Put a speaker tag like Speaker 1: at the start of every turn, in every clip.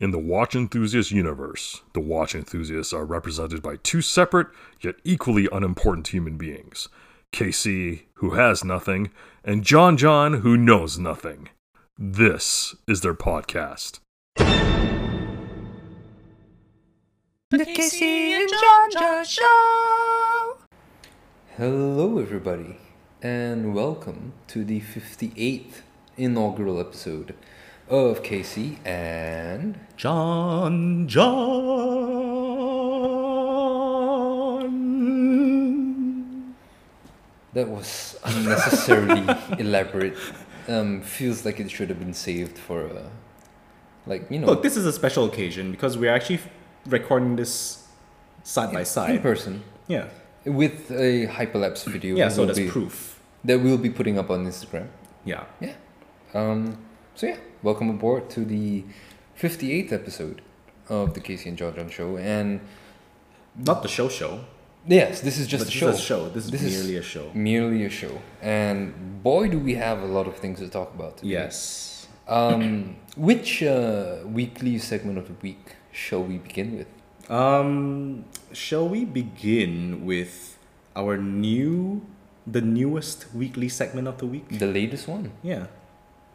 Speaker 1: In the watch enthusiast universe, the watch enthusiasts are represented by two separate, yet equally unimportant human beings KC, who has nothing, and John John, who knows nothing. This is their podcast.
Speaker 2: The Casey and John John Show.
Speaker 3: Hello, everybody, and welcome to the 58th inaugural episode of Casey and.
Speaker 2: John John.
Speaker 3: That was unnecessarily elaborate. Um, feels like it should have been saved for, uh, like, you know,
Speaker 2: Look, this is a special occasion because we're actually recording this side by
Speaker 3: in
Speaker 2: side.
Speaker 3: person
Speaker 2: Yeah.
Speaker 3: with a hyperlapse video.
Speaker 2: Yeah,
Speaker 3: that
Speaker 2: so
Speaker 3: we'll
Speaker 2: that's
Speaker 3: be-
Speaker 2: proof.
Speaker 3: That we'll be putting up on Instagram.
Speaker 2: Yeah.
Speaker 3: Yeah. Um, so yeah, welcome aboard to the 58th episode of the Casey and John John Show. And
Speaker 2: Not the show show.
Speaker 3: yes, this is just
Speaker 2: but
Speaker 3: a
Speaker 2: this
Speaker 3: show.
Speaker 2: is a show. This is
Speaker 3: This is-
Speaker 2: merely a show.
Speaker 3: Merely a show. And boy, do we have a lot of things to talk about today.
Speaker 2: Yes.
Speaker 3: Um, which uh, weekly segment of the week shall we begin with?
Speaker 2: Um, shall we begin with our new, the newest weekly segment of the week?
Speaker 3: The latest one.
Speaker 2: Yeah.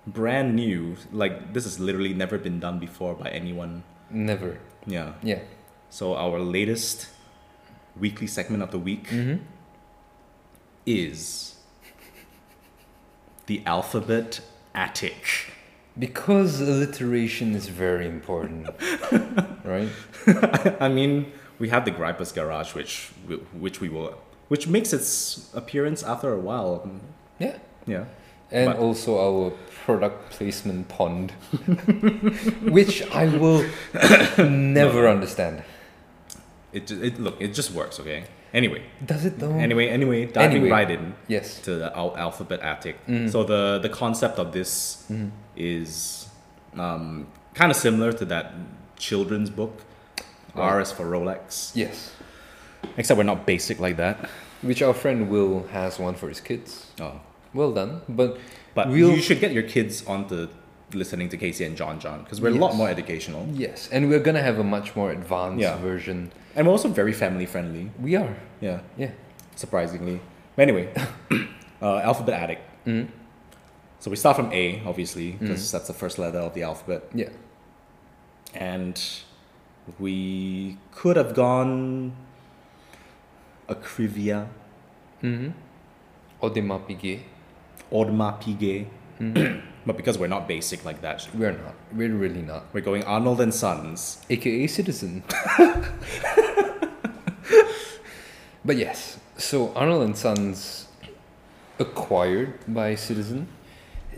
Speaker 2: Brand new. Like, this has literally never been done before by anyone.
Speaker 3: Never.
Speaker 2: Yeah.
Speaker 3: Yeah.
Speaker 2: So, our latest weekly segment of the week
Speaker 3: Mhm.
Speaker 2: is the alphabet attic.
Speaker 3: Because alliteration is very important, right?
Speaker 2: I mean, we have the Gripers Garage, which we- which we will, which makes its appearance after a while. Mm,
Speaker 3: Yeah.
Speaker 2: Yeah.
Speaker 3: And
Speaker 2: But-
Speaker 3: also our product placement pond, which I will never understand.
Speaker 2: It ju- it look it just works. Okay. Anyway.
Speaker 3: Does it though?
Speaker 2: Anyway. Anyway. Diving
Speaker 3: Anyway.
Speaker 2: right in.
Speaker 3: Yes.
Speaker 2: to the al- alphabet attic. So the the concept of this is um, kind of similar to that children's book. R is for Rolex.
Speaker 3: Yes.
Speaker 2: Except we're not basic like that.
Speaker 3: Which our friend Will has one for his kids.
Speaker 2: Oh.
Speaker 3: Well done. But
Speaker 2: But
Speaker 3: We'll-
Speaker 2: you should get your kids onto listening to Casey and John John because we're a lot
Speaker 3: Yes.
Speaker 2: more educational
Speaker 3: yes, and we're gonna have a much more advanced
Speaker 2: Yeah.
Speaker 3: version.
Speaker 2: and we're also very family friendly.
Speaker 3: We are.
Speaker 2: Yeah,
Speaker 3: Yeah.
Speaker 2: surprisingly. But anyway, uh, alphabet attic.
Speaker 3: Mm.
Speaker 2: So we start from A, obviously, because that's the first letter of the alphabet.
Speaker 3: Yeah.
Speaker 2: and we could have gone a Crivia,
Speaker 3: Mm-hmm. Odema Piguet.
Speaker 2: Audemars Piguet, but because we're not basic like that,
Speaker 3: We're not. We're really not.
Speaker 2: we're going Arnold and Sons.
Speaker 3: AKA Citizen. but yes, so Arnold and Sons, acquired by Citizen,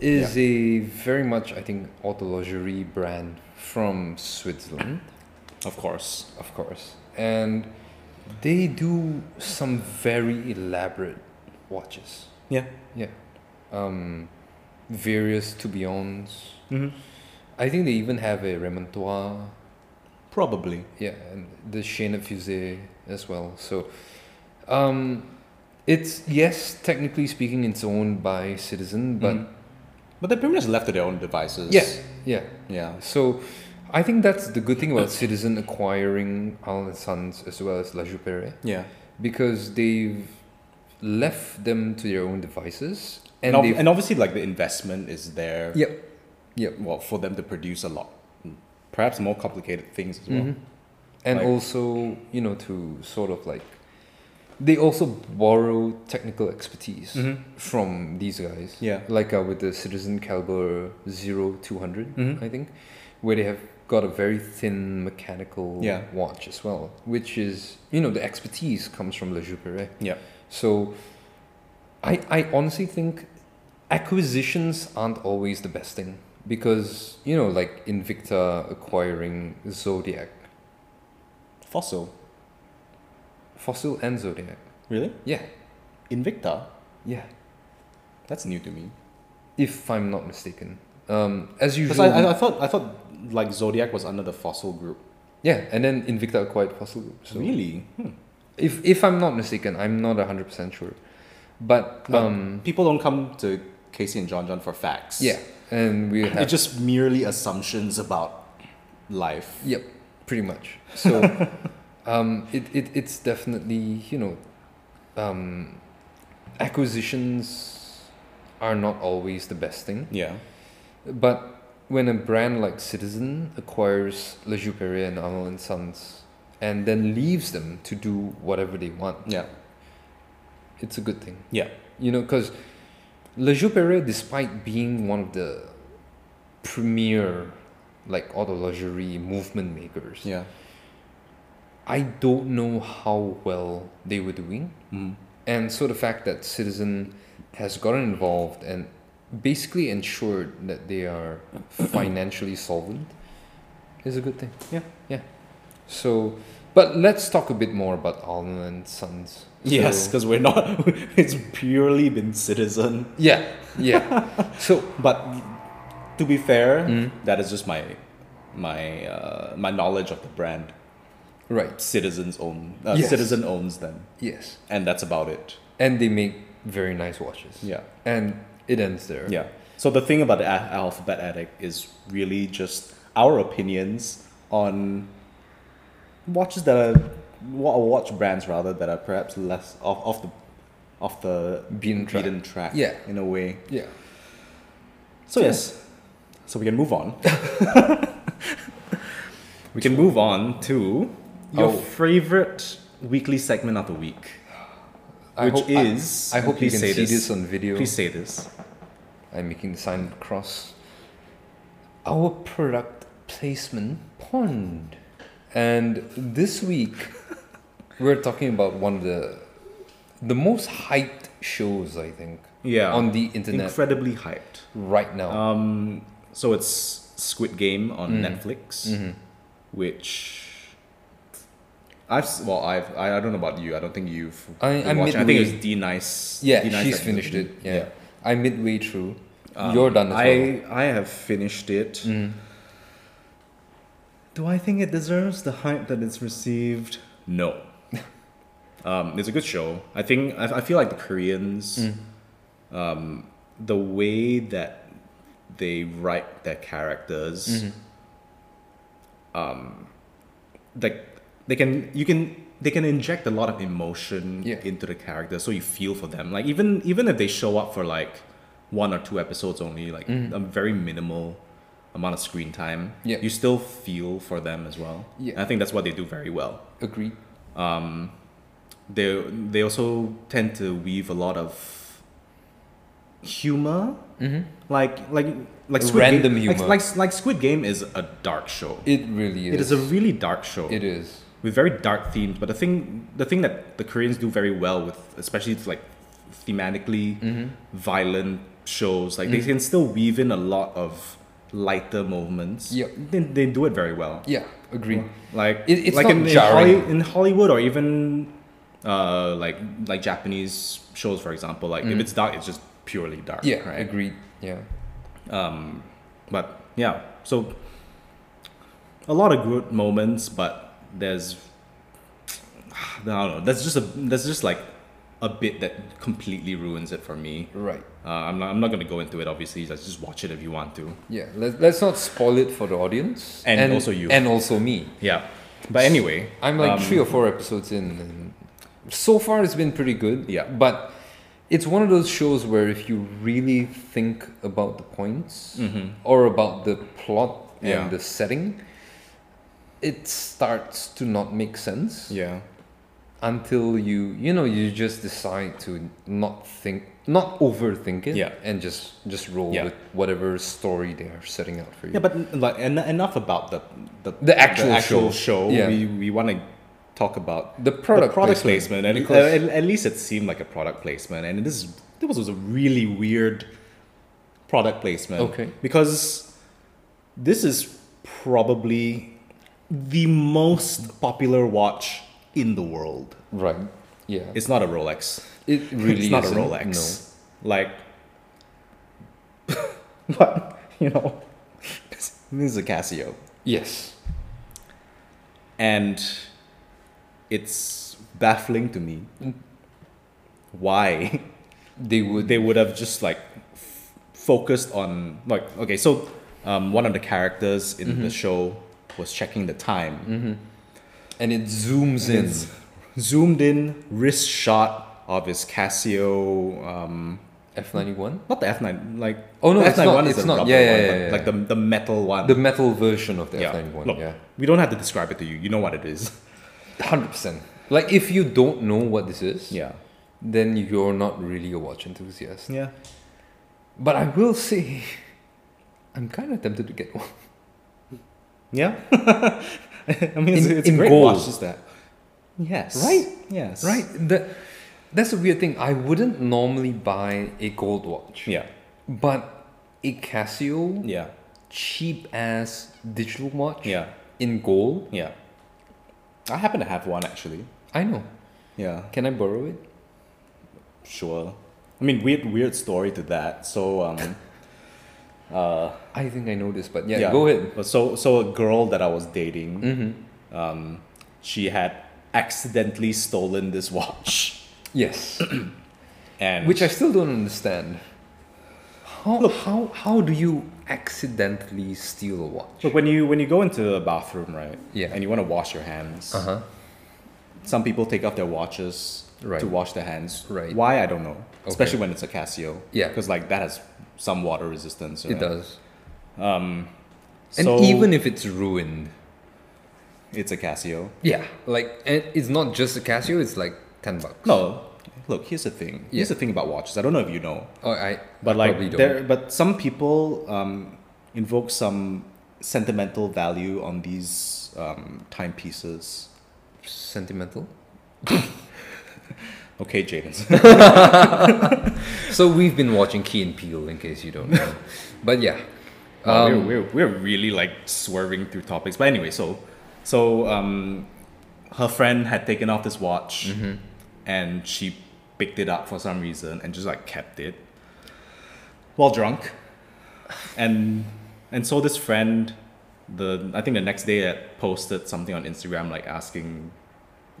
Speaker 3: is a very much, I think, autolingerie brand from Switzerland,
Speaker 2: Of course,
Speaker 3: of course. And they do some very elaborate watches.
Speaker 2: yeah,
Speaker 3: Yeah. Um, various tourbillons.
Speaker 2: Mhm.
Speaker 3: I think they even have a remontoire.
Speaker 2: probably.
Speaker 3: Yeah, and the Chaîne Fusée as well. So, um, it's yes, technically speaking, it's owned by Citizen, but
Speaker 2: But they're pretty much left to their own devices.
Speaker 3: yeah, yeah.
Speaker 2: yeah,
Speaker 3: So, I think that's the good thing about Citizen acquiring Alan Sons as well as La Jupere
Speaker 2: yeah.
Speaker 3: because they've left them to their own devices
Speaker 2: And,
Speaker 3: and
Speaker 2: ob-
Speaker 3: they've
Speaker 2: and obviously, like the investment is there.
Speaker 3: yep, yep,
Speaker 2: Well, for them to produce a lot, mm, perhaps more complicated things as well.
Speaker 3: Mhm. and
Speaker 2: Like-
Speaker 3: also you know to sort of like they also borrow technical expertise
Speaker 2: Mm-hmm.
Speaker 3: from these guys.
Speaker 2: Yeah.
Speaker 3: like uh, with the Citizen Caliber 0200,
Speaker 2: Mhm.
Speaker 3: I think, where they have got a very thin mechanical
Speaker 2: Yeah.
Speaker 3: watch as well, which is, you know, the expertise comes from Le Juperet.
Speaker 2: Yeah.
Speaker 3: So I, I honestly think acquisitions aren't always the best thing because, you know, like Invicta acquiring Zodiac,
Speaker 2: Fossil,
Speaker 3: Fossil and Zodiac.
Speaker 2: really?
Speaker 3: Yeah,
Speaker 2: Invicta.
Speaker 3: yeah,
Speaker 2: That's new to me.
Speaker 3: if I'm not mistaken. Um, as
Speaker 2: Because
Speaker 3: usual,
Speaker 2: I, I, I thought I thought like Zodiac was under the fossil group.
Speaker 3: yeah, and then Invicta acquired Fossil. Group, So.
Speaker 2: really? Hmm.
Speaker 3: If if I'm not mistaken, I'm not hundred percent sure, but
Speaker 2: But
Speaker 3: um,
Speaker 2: Hmm. people don't come to Casey and John John for facts.
Speaker 3: yeah, and we
Speaker 2: It's
Speaker 3: have
Speaker 2: just merely assumptions about life.
Speaker 3: Yep, pretty much. So um, it, it, it's definitely, you know, um, acquisitions are not always the best thing.
Speaker 2: Yeah.
Speaker 3: But when a brand like Citizen acquires Le Juperia and Arnold and Sons and then leaves them to do whatever they want,
Speaker 2: Yeah.
Speaker 3: it's a good thing.
Speaker 2: Yeah.
Speaker 3: You know, because Le Juperia, despite being one of the premier like auto luxury movement makers,
Speaker 2: Yeah.
Speaker 3: I don't know how well they were doing.
Speaker 2: Mm.
Speaker 3: And so the fact that Citizen has gotten involved and basically ensured that they are financially solvent is a good thing.
Speaker 2: Yeah.
Speaker 3: Yeah. So, but let's talk a bit more about Allen and Sons.
Speaker 2: Yes,
Speaker 3: So-
Speaker 2: because we're not. it's purely been citizen.
Speaker 3: yeah. Yeah. so,
Speaker 2: But to be fair,
Speaker 3: Mm.
Speaker 2: that is just my my uh, my knowledge of the brand.
Speaker 3: right.
Speaker 2: Citizens own. Uh,
Speaker 3: Yes.
Speaker 2: Citizen owns them,
Speaker 3: Yes.
Speaker 2: and that's about it.
Speaker 3: And they make very nice watches.
Speaker 2: Yeah.
Speaker 3: And it ends there.
Speaker 2: Yeah. So the thing about the a- alphabet addict is really just our opinions on watches that are wa- watch brands rather that are perhaps less off, off the off the
Speaker 3: Beaten track.
Speaker 2: beaten track
Speaker 3: Yeah.
Speaker 2: in a way.
Speaker 3: Yeah.
Speaker 2: So yes, so we can move on. we can move on to your
Speaker 3: Oh.
Speaker 2: favorite weekly segment of the week,
Speaker 3: I
Speaker 2: which
Speaker 3: hope- I-
Speaker 2: is.
Speaker 3: I, hope you
Speaker 2: please
Speaker 3: can
Speaker 2: say
Speaker 3: see this on video.
Speaker 2: Please say this.
Speaker 3: I'm making the sign of the cross. Our product placement pond. And this week, we're talking about one of the the most hyped shows, I think,
Speaker 2: Yeah.
Speaker 3: on the internet
Speaker 2: incredibly hyped.
Speaker 3: right now.
Speaker 2: Um, so it's Squid Game on
Speaker 3: Mm.
Speaker 2: Netflix,
Speaker 3: Mm-hmm.
Speaker 2: which I've s- well, I've I, I don't know about you. I don't think you've.
Speaker 3: I-
Speaker 2: been
Speaker 3: I'm
Speaker 2: watching. I think
Speaker 3: midway.
Speaker 2: it's D Nice.
Speaker 3: yeah,
Speaker 2: D Nice
Speaker 3: she's
Speaker 2: that-
Speaker 3: finished it. Yeah. I'm midway through. You're
Speaker 2: Um,
Speaker 3: done as well. Mm.
Speaker 2: I I have finished it. Do I think it deserves the hype that it's received? No. um, it's a good show. I think I, I feel like the Koreans,
Speaker 3: Mm.
Speaker 2: um, the way that they write their characters,
Speaker 3: Mm-hmm.
Speaker 2: um, like they can you can they can inject a lot of emotion
Speaker 3: Yeah.
Speaker 2: into the character, so you feel for them. Like even even if they show up for like one or two episodes only, like a very minimal amount of screen time,
Speaker 3: Mm-hmm. Yeah.
Speaker 2: you still feel for them as well.
Speaker 3: Yeah.
Speaker 2: And I think that's what they do very well.
Speaker 3: Agreed.
Speaker 2: They they also tend to weave a lot of humor, mm-hmm. like like like Squid
Speaker 3: Random
Speaker 2: Game,
Speaker 3: humor.
Speaker 2: Like, like like Squid Game is a dark show.
Speaker 3: It really is.
Speaker 2: it is a really dark show
Speaker 3: It is.
Speaker 2: with very dark themes. But the thing, the thing that the Koreans do very well with, especially it's like thematically
Speaker 3: Mm-hmm.
Speaker 2: violent shows, like they can still weave in a lot of lighter moments.
Speaker 3: Yep.
Speaker 2: they, they do it very well.
Speaker 3: Yeah, agreed.
Speaker 2: Like
Speaker 3: It- it's
Speaker 2: like
Speaker 3: not
Speaker 2: in, in,
Speaker 3: jarring.
Speaker 2: Holly, in Hollywood or even uh, like like Japanese shows, for example. Like if it's dark, it's just purely dark.
Speaker 3: Mm-hmm. Yeah,
Speaker 2: right.
Speaker 3: agreed. Yeah.
Speaker 2: Um, but yeah, so a lot of good moments, but there's I don't know. That's just a that's just like a bit that completely ruins it for me.
Speaker 3: Right.
Speaker 2: Uh, I'm not I'm not gonna go into it. Obviously, just just watch it if you want to.
Speaker 3: Yeah, let, let's not spoil it for the audience.
Speaker 2: And also you.
Speaker 3: And also me.
Speaker 2: Yeah. But anyway,
Speaker 3: I'm like
Speaker 2: um,
Speaker 3: three or four episodes in. And so far, it's been pretty good.
Speaker 2: Yeah.
Speaker 3: But it's one of those shows where if you really think about the points or about the plot and
Speaker 2: Mm-hmm. Yeah.
Speaker 3: the setting, it starts to not make sense
Speaker 2: Yeah.
Speaker 3: until you, you know, you just decide to not think, not overthink it,
Speaker 2: Yeah.
Speaker 3: and just just roll
Speaker 2: Yeah.
Speaker 3: with whatever story they are setting out for you.
Speaker 2: Yeah, but like en- enough about the the,
Speaker 3: The actual show.
Speaker 2: show.
Speaker 3: Yeah.
Speaker 2: We we want to talk about
Speaker 3: the product,
Speaker 2: the product placement, and
Speaker 3: because-
Speaker 2: at, at least it seemed like a product placement. And this is- this was, was a really weird product placement.
Speaker 3: Okay.
Speaker 2: because this is probably the most popular watch in the world.
Speaker 3: Right. Yeah.
Speaker 2: It's not a Rolex.
Speaker 3: it really
Speaker 2: it's not
Speaker 3: isn't,
Speaker 2: a Rolex. Like, but you know, this is a Casio.
Speaker 3: No. Yes.
Speaker 2: and it's baffling to me
Speaker 3: Mm.
Speaker 2: why
Speaker 3: They would.
Speaker 2: they would have just like
Speaker 3: Mm-hmm.
Speaker 2: f- focused on like okay so um, one of the characters in the show was checking the time.
Speaker 3: and it zooms in.
Speaker 2: It's zoomed in wrist shot of his Casio. Um,
Speaker 3: F ninety one,
Speaker 2: not the F nine, like
Speaker 3: Oh, no,
Speaker 2: the
Speaker 3: it's
Speaker 2: F91
Speaker 3: not-
Speaker 2: is
Speaker 3: it's
Speaker 2: the
Speaker 3: not.
Speaker 2: rubber
Speaker 3: Yeah, yeah,
Speaker 2: one,
Speaker 3: yeah,
Speaker 2: but,
Speaker 3: yeah,
Speaker 2: like the the metal one.
Speaker 3: the metal version of the F ninety one.
Speaker 2: Look,
Speaker 3: Yeah,
Speaker 2: we don't have to describe it to you. You know what it is.
Speaker 3: hundred percent. Like if you don't know what this is,
Speaker 2: Yeah,
Speaker 3: then you're not really a watch enthusiast.
Speaker 2: yeah.
Speaker 3: But I will say, I'm kind of tempted to get one.
Speaker 2: Yeah. I mean, it's,
Speaker 3: In-
Speaker 2: it's a
Speaker 3: in
Speaker 2: great
Speaker 3: gold.
Speaker 2: watch, is that? Yes.
Speaker 3: Right?
Speaker 2: Yes.
Speaker 3: Right? That, that's the weird thing. I wouldn't normally buy a gold watch.
Speaker 2: Yeah.
Speaker 3: But a Casio
Speaker 2: Yeah.
Speaker 3: cheap ass digital watch
Speaker 2: Yeah.
Speaker 3: in gold,
Speaker 2: Yeah. I happen to have one actually.
Speaker 3: I know.
Speaker 2: Yeah.
Speaker 3: Can I borrow it?
Speaker 2: Sure. I mean, weird, weird story to that. So, um, uh,
Speaker 3: I think I know this, but yeah, go ahead. Mm-hmm.
Speaker 2: But So, so a girl that I was dating, um, she had accidentally stolen this watch,
Speaker 3: Yes.
Speaker 2: and
Speaker 3: Which I still don't understand. How, how, how do you accidentally steal a watch?
Speaker 2: look when you when you go into the bathroom, right?
Speaker 3: Yeah.
Speaker 2: And you want to wash your hands.
Speaker 3: Uh huh.
Speaker 2: Some people take off their watches
Speaker 3: Right.
Speaker 2: to wash their hands.
Speaker 3: Right.
Speaker 2: Why I don't know,
Speaker 3: Okay.
Speaker 2: especially when it's a Casio.
Speaker 3: Yeah.
Speaker 2: Because like that has some water resistance.
Speaker 3: It
Speaker 2: right?
Speaker 3: does. And
Speaker 2: Um, So
Speaker 3: even if it's ruined,
Speaker 2: it's a Casio.
Speaker 3: Yeah, like and it's not just a Casio. It's like ten bucks.
Speaker 2: No, look. Here's the thing. Here's
Speaker 3: Yeah.
Speaker 2: the thing about watches. I don't know if you know,
Speaker 3: oh, I.
Speaker 2: but
Speaker 3: I probably
Speaker 2: like
Speaker 3: don't.
Speaker 2: there, but some people um, invoke some sentimental value on these um, timepieces.
Speaker 3: sentimental.
Speaker 2: Okay, Jaden.
Speaker 3: So we've been watching Key and Peele, in case you don't know. but yeah, Um,
Speaker 2: we're, we're we're really like swerving through topics. But anyway, so so um, her friend had taken off this watch,
Speaker 3: Mm-hmm.
Speaker 2: and she picked it up for some reason and just like kept it while drunk, and and so this friend, the I think the next day, had posted something on Instagram like asking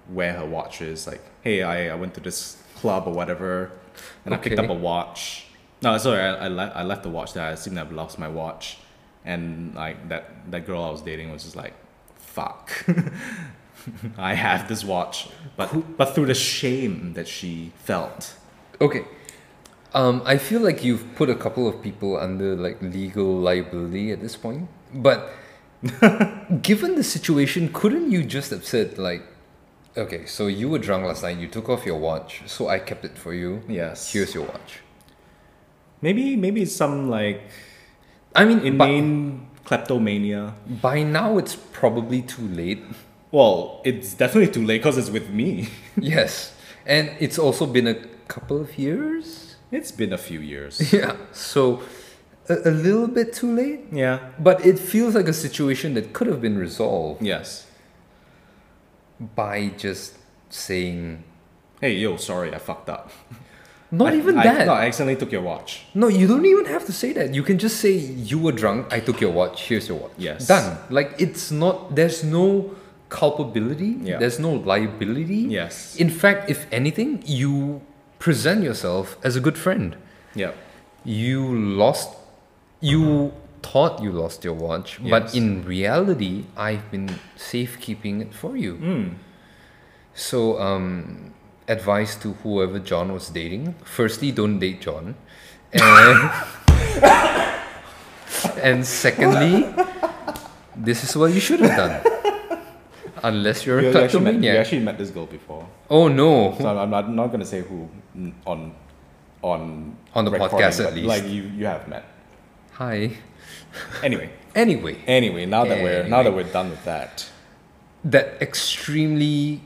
Speaker 2: where her watch is. Like, hey, I, I went to this club or whatever, and I picked
Speaker 3: Okay.
Speaker 2: up a watch. No, sorry, I, I, le- I left the watch there. I assumed I've lost my watch, and like that that girl I was dating was just like, fuck. I have this watch, but but through the shame that she felt.
Speaker 3: okay. Um, I feel like you've put a couple of people under like legal liability at this point. But given the situation, couldn't you just have said like, okay, so you were drunk last night. You took off your watch, so I kept it for you.
Speaker 2: Yes.
Speaker 3: Here's your watch.
Speaker 2: Maybe maybe some like
Speaker 3: I mean, by,
Speaker 2: inane kleptomania.
Speaker 3: by now it's probably too late.
Speaker 2: Well, it's definitely too late because it's with me.
Speaker 3: Yes, and it's also been a couple of years.
Speaker 2: It's been a few years.
Speaker 3: Yeah, so a, a little bit too late,
Speaker 2: yeah.
Speaker 3: but it feels like a situation that could have been resolved
Speaker 2: Yes.
Speaker 3: by just saying,
Speaker 2: Hey, yo, sorry, I fucked up.
Speaker 3: not
Speaker 2: I-
Speaker 3: even
Speaker 2: I-
Speaker 3: that.
Speaker 2: No,
Speaker 3: No,
Speaker 2: I accidentally took your watch.
Speaker 3: you don't even have to say that. You can just say you were drunk. I took your watch. Here's your watch.
Speaker 2: Yes.
Speaker 3: done. Like it's not. There's no culpability.
Speaker 2: Yeah.
Speaker 3: There's no liability.
Speaker 2: Yes.
Speaker 3: In fact, if anything, you present yourself as a good friend.
Speaker 2: Yeah.
Speaker 3: you lost you thought you lost your watch
Speaker 2: Yes.
Speaker 3: but in reality i've been safekeeping it for you
Speaker 2: Hmm.
Speaker 3: so um advice to whoever john was dating firstly don't date john and, and secondly this is what you should have done unless you're
Speaker 2: You,
Speaker 3: a
Speaker 2: you actually met, you
Speaker 3: kleptomaniac
Speaker 2: actually met this girl before.
Speaker 3: oh no
Speaker 2: So I'm, I'm not, not going to say who mm, on on
Speaker 3: On the
Speaker 2: recording,
Speaker 3: podcast at
Speaker 2: but,
Speaker 3: least.
Speaker 2: Like you, you have met.
Speaker 3: hi
Speaker 2: Anyway,
Speaker 3: anyway
Speaker 2: anyway, now that we're now that
Speaker 3: Anyway.
Speaker 2: we're done with that.
Speaker 3: that extremely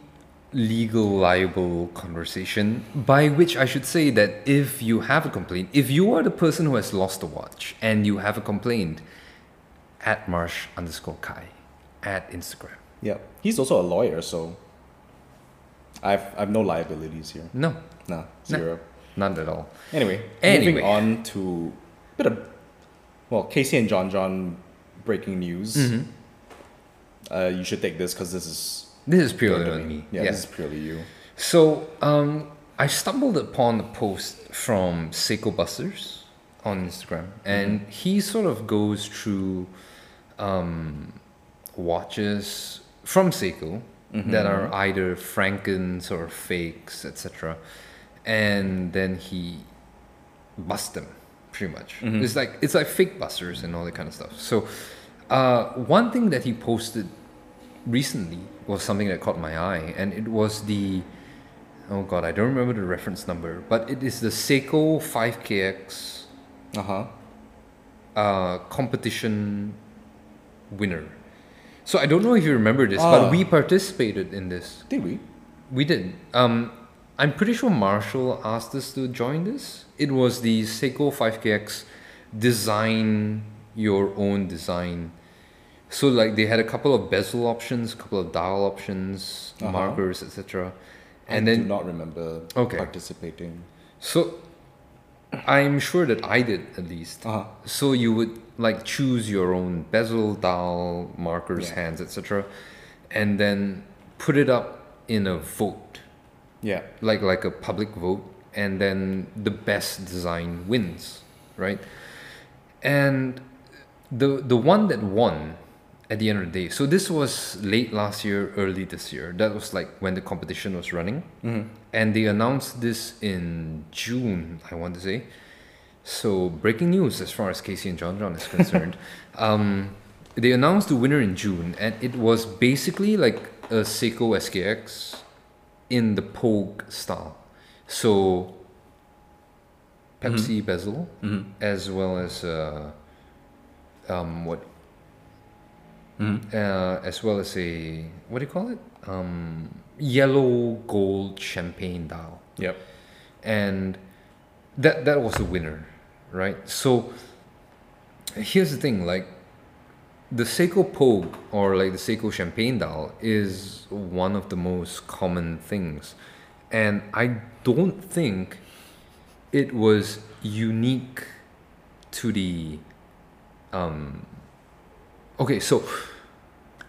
Speaker 3: legal liable conversation by which i should say that if you have a complaint if you are the person who has lost the watch and you have a complaint at marsh underscore kai at instagram
Speaker 2: Yeah. He's also a lawyer, so I've I've no liabilities here.
Speaker 3: no
Speaker 2: Nah,
Speaker 3: Nah.
Speaker 2: zero.
Speaker 3: none at all
Speaker 2: Anyway,
Speaker 3: Anyway.
Speaker 2: moving on to a bit of well, Casey and John John breaking news. Uh, you should take this because this is
Speaker 3: this is Mm-hmm. purely on me
Speaker 2: Yeah,
Speaker 3: Yeah.
Speaker 2: this is purely you.
Speaker 3: So um, I stumbled upon a post from Seiko Busters on Instagram, and he sort of goes through um, watches from Seiko that are either Frankens or fakes, etc. And then he busts them, pretty much. It's like it's like fake busters and all that kind of stuff. So uh, one thing that he posted recently was something that caught my eye, and it was the oh god, I don't remember the reference number, but it is the Seiko 5KX
Speaker 2: Uh
Speaker 3: Uh-huh.
Speaker 2: huh.
Speaker 3: uh, competition winner. So I don't know if you remember this, but
Speaker 2: Ah.
Speaker 3: we participated in this.
Speaker 2: Did we?
Speaker 3: We did. Um, I'm pretty sure Marshall asked us to join this. It was the Seiko 5KX design your own design. So like they had a couple of bezel options, a couple of dial options,
Speaker 2: Uh-huh.
Speaker 3: markers, etc.
Speaker 2: And
Speaker 3: And
Speaker 2: I
Speaker 3: then
Speaker 2: do not remember
Speaker 3: Okay.
Speaker 2: participating.
Speaker 3: so I'm sure that I did at least.
Speaker 2: Uh huh.
Speaker 3: So you would like choose your own bezel, dial, markers,
Speaker 2: Yeah.
Speaker 3: hands, etc., and then put it up in a vote,
Speaker 2: Yeah.
Speaker 3: like like a public vote, and then the best design wins, right? And the the one that won at the end of the day. So this was late last year, early this year. That was like when the competition was running, and they announced this in June. I want to say. So, breaking news as far as Casey and John John is concerned. um, they announced the winner in June, and it was basically like a Seiko SKX in the Pogue style. So, Pepsi bezel, as well as uh, um, what, uh, as well as a what do you call it? Um, yellow gold champagne dial
Speaker 2: Yep.
Speaker 3: and that that was the winner, right? So here's the thing, like the Seiko Pogue or like the Seiko Champagne dial is one of the most common things, and I don't think it was unique to the. Um, okay, so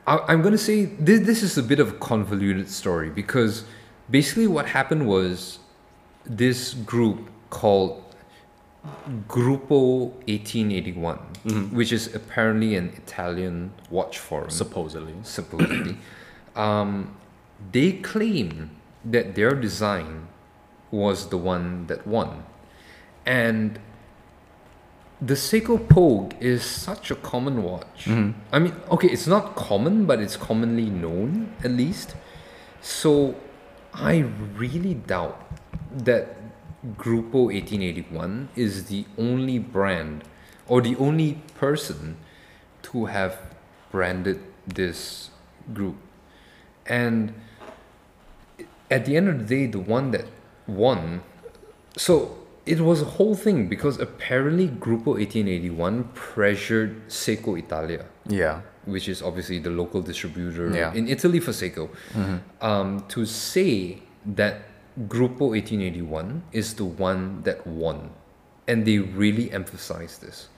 Speaker 3: I, I'm gonna say this. This is a bit of a convoluted story because basically what happened was this group called Gruppo 1881, which is apparently an Italian watch forum,
Speaker 2: Supposedly.
Speaker 3: supposedly. um, they claim that their design was the one that won. And the Seiko Pogue is such a common watch. I mean, okay, it's not common, but it's commonly known at least. So I really doubt that Grupo 1881 is the only brand or the only person to have branded this group. And at the end of the day, the one that won, so it was a whole thing because apparently Gruppo 1881 pressured Seiko Italia,
Speaker 2: Yeah.
Speaker 3: which is obviously the local distributor
Speaker 2: Yeah.
Speaker 3: in Italy for Seiko, um, to say that Gruppo 1881 is the one that won. And they really emphasized this.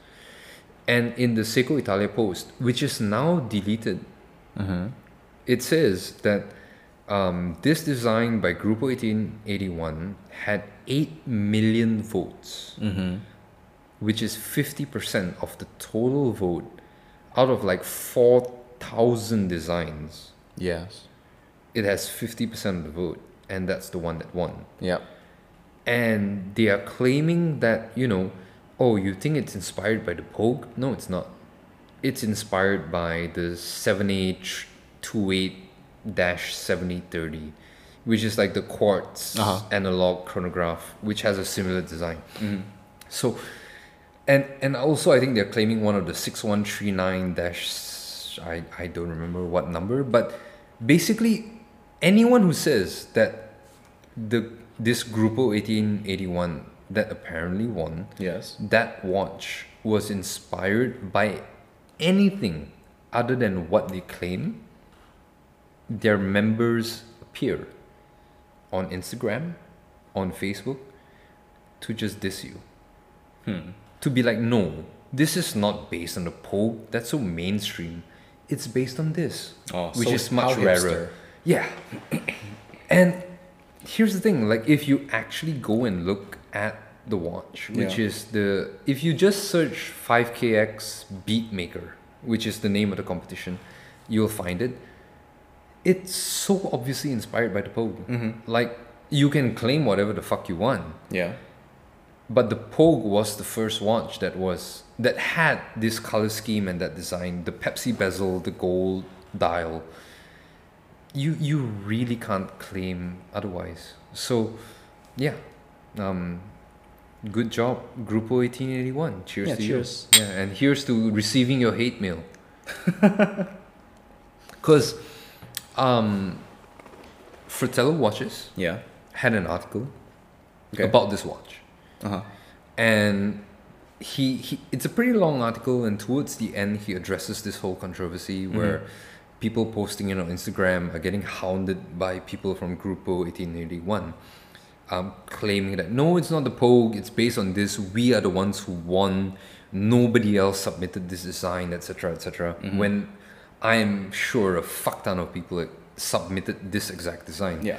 Speaker 3: And in the Seiko Italia post, which is now deleted it says that um, this design by Grupo 1881 had 8 million votes, which is 50% of the total vote out of like 4,000 designs.
Speaker 2: Yes.
Speaker 3: It has 50% of the vote, and that's the one that won.
Speaker 2: Yep.
Speaker 3: And they are claiming that, you know, oh, you think it's inspired by the Pogue? No, it's not. It's inspired by the 7828 7030, which is like the quartz
Speaker 2: Uh-huh.
Speaker 3: analog chronograph, which has a similar design. So, and and also I think they're claiming one of the 6139 dash, I, I don't remember what number, but basically anyone who says that the this Grupo 1881 that apparently won,
Speaker 2: Yes.
Speaker 3: that watch was inspired by anything other than what they claim, their members appear on Instagram, on Facebook, to just diss you. Hmm. To be like, no, this is not based on the Pope. That's so mainstream. It's based on this,
Speaker 2: Oh,
Speaker 3: which
Speaker 2: so
Speaker 3: is much
Speaker 2: how
Speaker 3: rarer.
Speaker 2: hipster.
Speaker 3: Yeah. and here's the thing like, if you actually go and look at the watch, which
Speaker 2: Yeah.
Speaker 3: is the. If you just search 5KX Beatmaker, which is the name of the competition, you'll find it. It's so obviously inspired by the Pogue.
Speaker 2: Mm-hmm.
Speaker 3: Like you can claim whatever the fuck you want,
Speaker 2: Yeah.
Speaker 3: but the Pogue was the first watch that was that had this color scheme and that design, the Pepsi bezel, the gold dial. You you really can't claim otherwise. So, yeah, um, good job, Grupo eighteen eighty one. Cheers
Speaker 2: Yeah,
Speaker 3: to
Speaker 2: cheers.
Speaker 3: you. Yeah, and here's to receiving your hate mail. Cause, um, Fratello watches
Speaker 2: Yeah.
Speaker 3: had an article
Speaker 2: Okay.
Speaker 3: about this watch
Speaker 2: Uh huh.
Speaker 3: and he, he it's a pretty long article and towards the end he addresses this whole controversy
Speaker 2: Mm-hmm.
Speaker 3: where people posting it on instagram are getting hounded by people from grupo 1881 um, claiming that no it's not the pogue it's based on this we are the ones who won nobody else submitted this design etc etc
Speaker 2: Mm-hmm.
Speaker 3: when i'm sure a fuck ton of people like, submitted this exact design
Speaker 2: Yeah.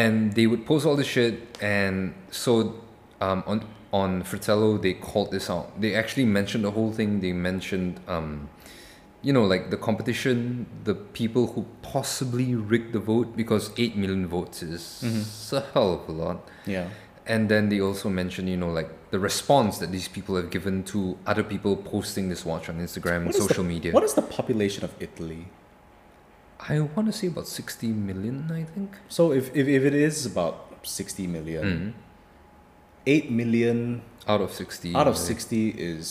Speaker 3: and they would post all this shit and so um, on on Fratello they called this out they actually mentioned the whole thing they mentioned um, you know like the competition the people who possibly rigged the vote because 8 million votes is
Speaker 2: Mm-hmm.
Speaker 3: a hell of a lot
Speaker 2: Yeah.
Speaker 3: and then they also mentioned you know like the response that these people have given to other people posting this watch on Instagram and
Speaker 2: What is the-
Speaker 3: social media
Speaker 2: What is the population of Italy?
Speaker 3: I want to say about 60 million I think
Speaker 2: So if, if, if it is about 60 million,
Speaker 3: Mm-hmm.
Speaker 2: 8 million
Speaker 3: out of 60
Speaker 2: out of
Speaker 3: million.
Speaker 2: 60 is.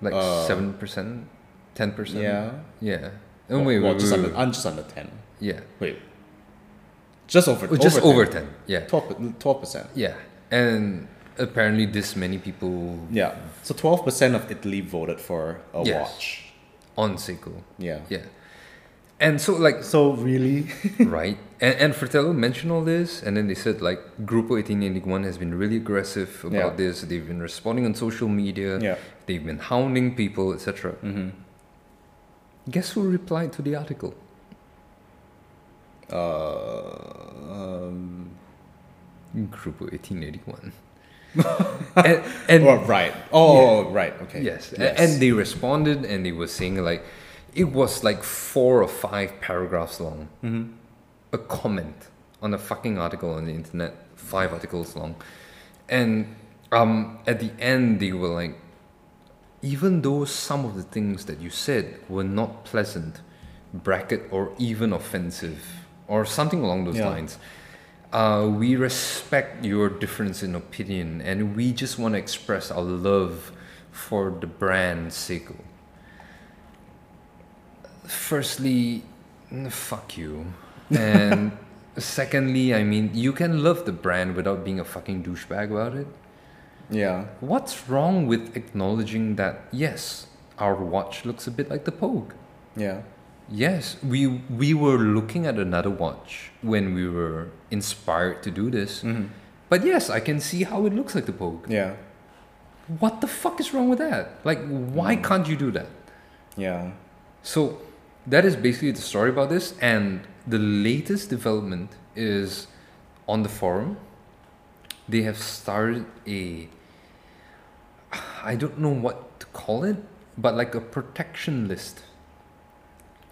Speaker 3: like
Speaker 2: Uh,
Speaker 3: seven percent, ten percent.
Speaker 2: Yeah.
Speaker 3: yeah. Oh,
Speaker 2: Well,
Speaker 3: wait,
Speaker 2: well,
Speaker 3: wait,
Speaker 2: just,
Speaker 3: wait,
Speaker 2: under,
Speaker 3: wait.
Speaker 2: I'm just under 10.
Speaker 3: yeah,
Speaker 2: Wait. Just over
Speaker 3: oh, just over
Speaker 2: 10.
Speaker 3: ten. Yeah,
Speaker 2: 12, 12%.
Speaker 3: yeah, and apparently this many people
Speaker 2: Yeah. So 12% of Italy voted for a
Speaker 3: Yes.
Speaker 2: watch.
Speaker 3: on Seiko.
Speaker 2: Yeah.
Speaker 3: Yeah, and so like
Speaker 2: So really?
Speaker 3: right, and, and Fratello mentioned all this, and then they said like Grupo 1881 has been really aggressive about
Speaker 2: Yeah.
Speaker 3: this. They've been responding on social media.
Speaker 2: Yeah. Mm-hmm.
Speaker 3: they've been hounding people, etc. Guess who replied to the article?
Speaker 2: Uh, um,
Speaker 3: Grupo 1881. and, and
Speaker 2: oh, right. Oh, right. Okay.
Speaker 3: Yes. a- And they responded and they were saying like it was like four or five paragraphs long.
Speaker 2: Mm-hmm.
Speaker 3: A comment on a fucking article on the internet, five articles long. And um, at the end they were like even though some of the things that you said were not pleasant, bracket or even offensive, or something along those
Speaker 2: Yeah.
Speaker 3: lines, uh, we respect your difference in opinion and we just want to express our love for the brand Seiko. Firstly, mm, fuck you. And secondly, I mean, you can love the brand without being a fucking douchebag about it.
Speaker 2: yeah.
Speaker 3: What's wrong with acknowledging that yes, our watch looks a bit like the Pogue?
Speaker 2: Yeah.
Speaker 3: Yes, we we were looking at another watch when we were inspired to do this. But yes, I can see how it looks like the Pogue.
Speaker 2: Yeah.
Speaker 3: What the fuck is wrong with that? Like why can't you do that?
Speaker 2: Yeah.
Speaker 3: So that is basically the story about this and the latest development is on the forum they have started a I don't know what to call it but like a protection list.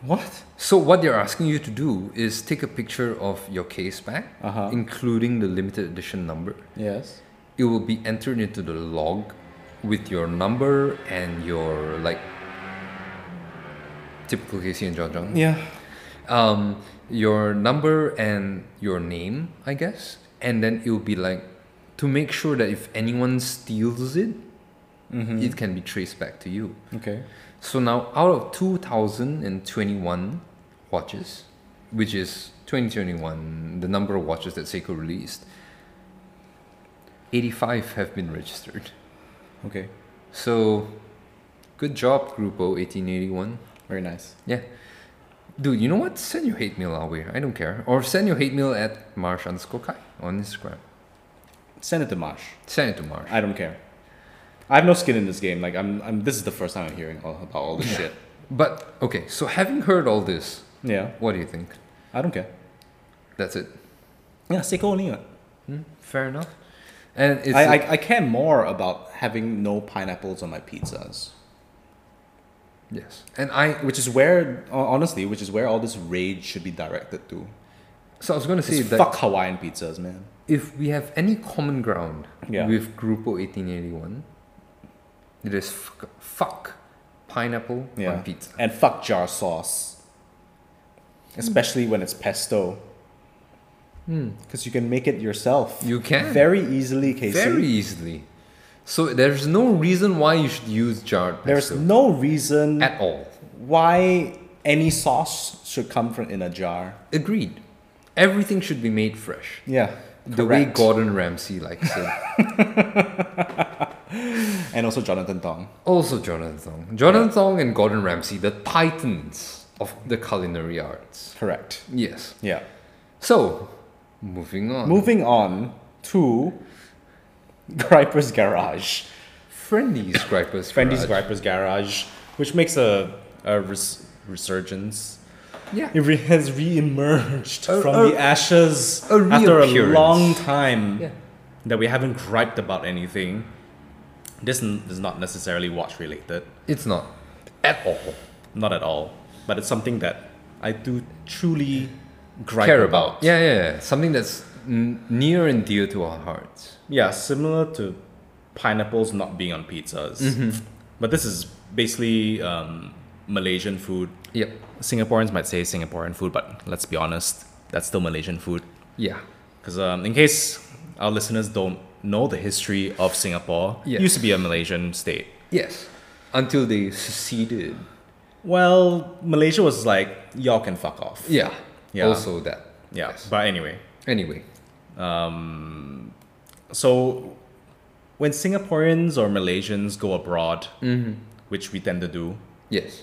Speaker 2: What?
Speaker 3: So what they're asking you to do is take a picture of your case back
Speaker 2: Uh-huh.
Speaker 3: including the limited edition number.
Speaker 2: Yes.
Speaker 3: It will be entered into the log with your number and your like typical Casey and John John
Speaker 2: Yeah.
Speaker 3: um, your number and your name, I guess, and then it'll be like to make sure that if anyone steals it,
Speaker 2: Mm-hmm.
Speaker 3: it can be traced back to you.
Speaker 2: Okay.
Speaker 3: So now, out of 2021 watches, which is 2021, the number of watches that Seiko released, 85 have been registered.
Speaker 2: Okay.
Speaker 3: So, good job, Grupo 1881.
Speaker 2: Very nice.
Speaker 3: Yeah. Dude, you know what? Send your hate mail our way. I don't care. Or send your hate mail at Marsh underscore Kai on Instagram.
Speaker 2: Send it to Marsh.
Speaker 3: Send it to Marsh.
Speaker 2: I don't care. I have no skin in this game. Like I'm. I'm. This is the first time I'm hearing all, about all this shit.
Speaker 3: But, okay, so having heard all this,
Speaker 2: Yeah.
Speaker 3: what do you think?
Speaker 2: I don't care.
Speaker 3: That's it.
Speaker 2: Yeah. Seiko only. what?
Speaker 3: Hmm? Fair enough. And it's.
Speaker 2: I, I, I care more about having no pineapples on my pizzas.
Speaker 3: Yes. And I
Speaker 2: which is where ho- honestly, which is where all this rage should be directed to.
Speaker 3: so I was gonna say
Speaker 2: Just
Speaker 3: that
Speaker 2: fuck Hawaiian pizzas, man.
Speaker 3: if we have any common ground
Speaker 2: Yeah.
Speaker 3: with Grupo 1881, it is fuck, fuck pineapple
Speaker 2: Yeah.
Speaker 3: on pizza.
Speaker 2: And fuck jar sauce. Especially when it's pesto. Because you can make it yourself.
Speaker 3: Hmm. You can.
Speaker 2: Very easily, Casey.
Speaker 3: Very easily. So there's no reason why you should use jarred
Speaker 2: There's
Speaker 3: pesto
Speaker 2: no reason
Speaker 3: at all.
Speaker 2: why any sauce should come from in a jar.
Speaker 3: Agreed. Everything should be made fresh.
Speaker 2: Yeah.
Speaker 3: The way
Speaker 2: correct.
Speaker 3: Gordon Ramsay likes it.
Speaker 2: And also Jonathan Tong.
Speaker 3: also Jonathan Thong. Jonathan Thong and Gordon Ramsay, the titans of the culinary arts.
Speaker 2: Correct.
Speaker 3: Yes.
Speaker 2: Yeah.
Speaker 3: So, moving on.
Speaker 2: Moving on to Griper's Garage.
Speaker 3: Friendly's Grippers.
Speaker 2: Friendly's Griper's Garage, which makes a, a res- resurgence.
Speaker 3: Yeah.
Speaker 2: It re- has re-emerged
Speaker 3: A-
Speaker 2: from
Speaker 3: a-
Speaker 2: the ashes
Speaker 3: a
Speaker 2: after a
Speaker 3: reappearance.
Speaker 2: long time
Speaker 3: Yeah.
Speaker 2: that we haven't griped about anything. This n- is not necessarily watch related,
Speaker 3: It's not. At all.
Speaker 2: not at all, but it's something that I do truly gripe
Speaker 3: Care about. Yeah, yeah, yeah. Something that's n- near and dear to our hearts.
Speaker 2: Yeah, similar to pineapples not being on pizzas. But this is basically um, Malaysian food.
Speaker 3: Yep.
Speaker 2: Singaporeans might say Singaporean food, but let's be honest, that's still Malaysian food.
Speaker 3: Yeah.
Speaker 2: Because um, in case our listeners don't know the history of Singapore,
Speaker 3: Yes.
Speaker 2: it used to be a Malaysian state.
Speaker 3: Yes. Until they seceded.
Speaker 2: Well, Malaysia was like, y'all can fuck off.
Speaker 3: Yeah.
Speaker 2: Yeah.
Speaker 3: Also that.
Speaker 2: Yeah. But anyway,
Speaker 3: Anyway.
Speaker 2: so when Singaporeans or Malaysians go abroad, which we tend to do,
Speaker 3: Yes.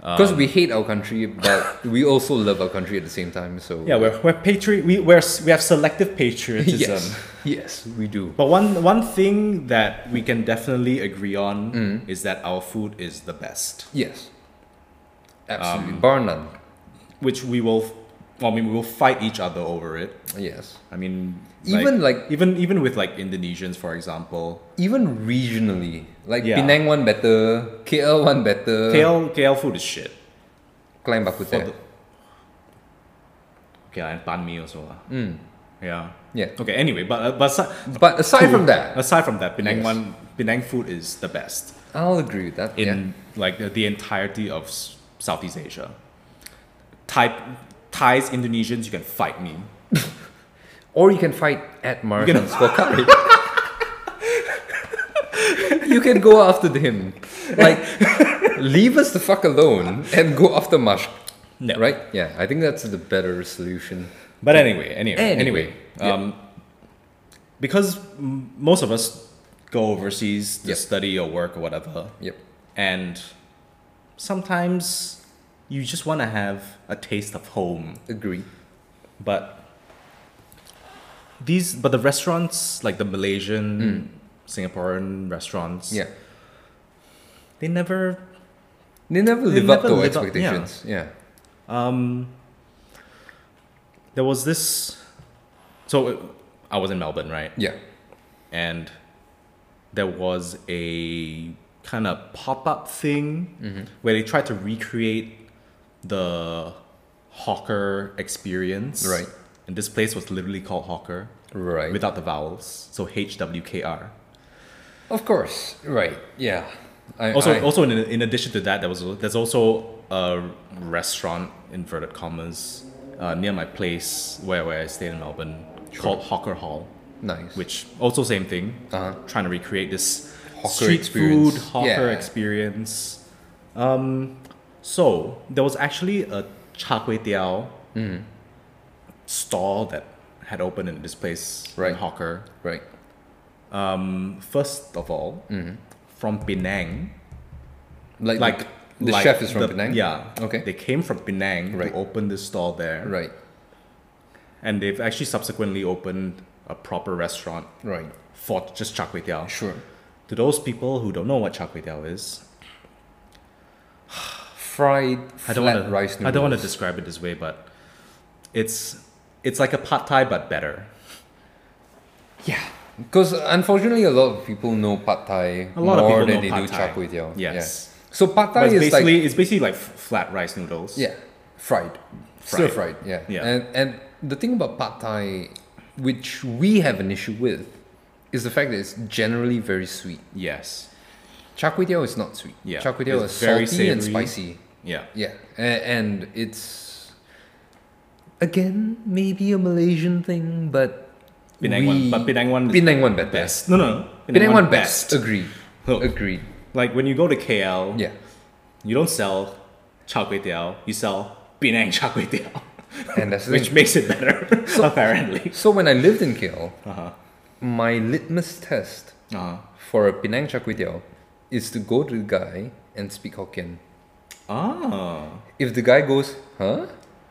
Speaker 3: Because we hate our country, but we also love our country at the same time. So
Speaker 2: yeah, we're, we're patri- we, we're, s- we have selective patriotism.
Speaker 3: yes, um, yes, we do.
Speaker 2: But one, one thing that we can definitely agree on
Speaker 3: Mm.
Speaker 2: is that our food is the best,
Speaker 3: Yes, absolutely, bar none.
Speaker 2: which we will, well, I mean, we will fight each other over it.
Speaker 3: Yes,
Speaker 2: I mean,
Speaker 3: Even, like-
Speaker 2: even even with like Indonesians, for example,
Speaker 3: even regionally, like
Speaker 2: Yeah.
Speaker 3: Penang one better, KL one better,
Speaker 2: KL KL food is shit.
Speaker 3: Klang Bakute.
Speaker 2: the- Okay, and pan mi also lah. Yeah.
Speaker 3: Mm. Yeah.
Speaker 2: Okay. Anyway, but uh, but aside,
Speaker 3: But aside from that,
Speaker 2: aside from that, Penang
Speaker 3: Yes.
Speaker 2: one Penang food is the best
Speaker 3: I'll agree with that.
Speaker 2: in
Speaker 3: yeah.
Speaker 2: like the, the entirety of s- Southeast Asia. Thai Thais Indonesians, you can fight me.
Speaker 3: Or you can fight at
Speaker 2: can-
Speaker 3: Martian Scorecard. you can go after him. Like, leave us the fuck alone and go after Marsh.
Speaker 2: No.
Speaker 3: Hmm. Right? Yeah, I think that's the better solution.
Speaker 2: But anyway, anyway, anyway,
Speaker 3: Anyway,
Speaker 2: um, because m- most of us go overseas to
Speaker 3: Yep.
Speaker 2: study or work or whatever,
Speaker 3: Yep.
Speaker 2: and sometimes you just want to have a taste of home
Speaker 3: Agree.
Speaker 2: but these but the restaurants like the malaysian singaporean restaurants
Speaker 3: Hmm. Yeah.
Speaker 2: they never
Speaker 3: They never live up
Speaker 2: never
Speaker 3: to our
Speaker 2: live up- yeah.
Speaker 3: expectations. yeah.
Speaker 2: um there was this so uh, i was in melbourne right
Speaker 3: yeah.
Speaker 2: and there was a kind of pop-up thing
Speaker 3: Mm-hmm.
Speaker 2: where they tried to recreate the hawker experience
Speaker 3: Right.
Speaker 2: and this place was literally called hawker
Speaker 3: Right.
Speaker 2: without the vowels so hwkr
Speaker 3: of course. Right. Yeah. I,
Speaker 2: also
Speaker 3: I-
Speaker 2: also in, in addition to that there was there's also a restaurant inverted commas uh, near my place where, where i stay in melbourne called hawker hall
Speaker 3: nice.
Speaker 2: which also same thing
Speaker 3: Uh-huh.
Speaker 2: trying to recreate this
Speaker 3: Hawker
Speaker 2: street
Speaker 3: experience.
Speaker 2: food hawker
Speaker 3: Yeah.
Speaker 2: experience um, so there was actually a char kway teow
Speaker 3: Mm.
Speaker 2: stall that had opened in this place
Speaker 3: Right.
Speaker 2: in hawker
Speaker 3: Right.
Speaker 2: um, first of all from penang
Speaker 3: Like,
Speaker 2: like
Speaker 3: Mm-hmm. the
Speaker 2: like
Speaker 3: chef is from
Speaker 2: the-
Speaker 3: Penang?
Speaker 2: yeah
Speaker 3: Okay.
Speaker 2: they came from penang
Speaker 3: Right.
Speaker 2: to open this stall there
Speaker 3: Right.
Speaker 2: and they've actually subsequently opened a proper restaurant
Speaker 3: Right.
Speaker 2: for just char kway teow
Speaker 3: Sure.
Speaker 2: To those people who don't know what char kway teow is,
Speaker 3: Fried
Speaker 2: I don't
Speaker 3: flat
Speaker 2: want to
Speaker 3: rice noodles.
Speaker 2: I don't want to describe it this way, but it's it's like a pad thai but better.
Speaker 3: Yeah, because unfortunately, a lot of people know pad thai
Speaker 2: A lot
Speaker 3: more
Speaker 2: of people
Speaker 3: than they
Speaker 2: know pad
Speaker 3: do
Speaker 2: thai.
Speaker 3: char kway teow.
Speaker 2: Yes.
Speaker 3: Yeah. So pad thai
Speaker 2: But it's
Speaker 3: is like
Speaker 2: basically it's basically like f- flat rice noodles.
Speaker 3: Yeah, fried, stir fried. Yeah.
Speaker 2: Yeah.
Speaker 3: And and the thing about pad thai, which we have an issue with, is the fact that it's generally very sweet.
Speaker 2: Yes.
Speaker 3: Char kway teow is not sweet.
Speaker 2: Yeah.
Speaker 3: Char kway teow
Speaker 2: It's
Speaker 3: is
Speaker 2: very
Speaker 3: salty and
Speaker 2: savory.
Speaker 3: spicy.
Speaker 2: Yeah.
Speaker 3: Yeah, a- and it's again maybe a Malaysian thing, but
Speaker 2: Penang
Speaker 3: we-
Speaker 2: one, but Penang one is
Speaker 3: Penang one better.
Speaker 2: best. No, no.
Speaker 3: Penang, one best. Agreed.
Speaker 2: Look.
Speaker 3: Agreed.
Speaker 2: Like when you go to KL,
Speaker 3: Yeah,
Speaker 2: you don't sell char kway teow, you sell Penang char kway teow,
Speaker 3: and that's the
Speaker 2: which
Speaker 3: thing.
Speaker 2: makes it better apparently.
Speaker 3: So when I lived in KL,
Speaker 2: Uh huh.
Speaker 3: my litmus test
Speaker 2: Uh huh.
Speaker 3: for a Penang char kway teow is to go to the guy and speak Hokkien.
Speaker 2: Ah.
Speaker 3: If the guy goes, huh?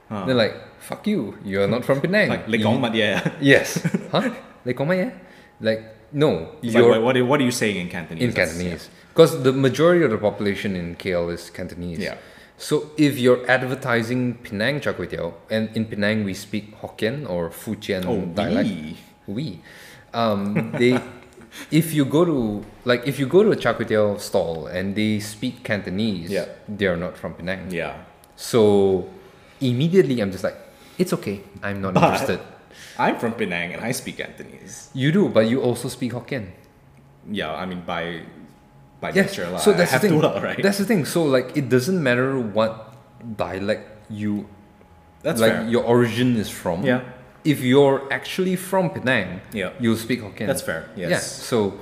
Speaker 2: Huh.
Speaker 3: They're like, fuck you, you're not from Penang.
Speaker 2: Like
Speaker 3: You-
Speaker 2: legong mat yeah.
Speaker 3: Yes. huh? Like, "Kong ma ye?" Like, no,
Speaker 2: It's
Speaker 3: you're
Speaker 2: Like, what, what are you saying in Cantonese?
Speaker 3: in
Speaker 2: That's-
Speaker 3: Cantonese. Because the majority of the population in KL is Cantonese.
Speaker 2: Yeah.
Speaker 3: So if you're advertising Penang char kway teow, and in Penang we speak Hokkien or Fujian
Speaker 2: Oh,
Speaker 3: dialect,
Speaker 2: we.
Speaker 3: we, um, they, if you go to like if you go to a char kway teow stall and they speak Cantonese,
Speaker 2: Yeah.
Speaker 3: they are not from Penang.
Speaker 2: Yeah.
Speaker 3: So immediately I'm just like, it's okay, I'm not
Speaker 2: But-
Speaker 3: interested.
Speaker 2: I'm from Penang and I speak Cantonese.
Speaker 3: You do, but you also speak Hokkien.
Speaker 2: Yeah, I mean by by
Speaker 3: Yeah.
Speaker 2: nature lah.
Speaker 3: So that's
Speaker 2: I have
Speaker 3: the thing.
Speaker 2: to lah, right?
Speaker 3: That's the thing. So like, it doesn't matter what dialect you
Speaker 2: That's
Speaker 3: like
Speaker 2: fair.
Speaker 3: your origin is from.
Speaker 2: Yeah.
Speaker 3: If you're actually from Penang,
Speaker 2: Yeah.
Speaker 3: you'll speak Hokkien.
Speaker 2: That's fair,
Speaker 3: Yeah.
Speaker 2: yes.
Speaker 3: So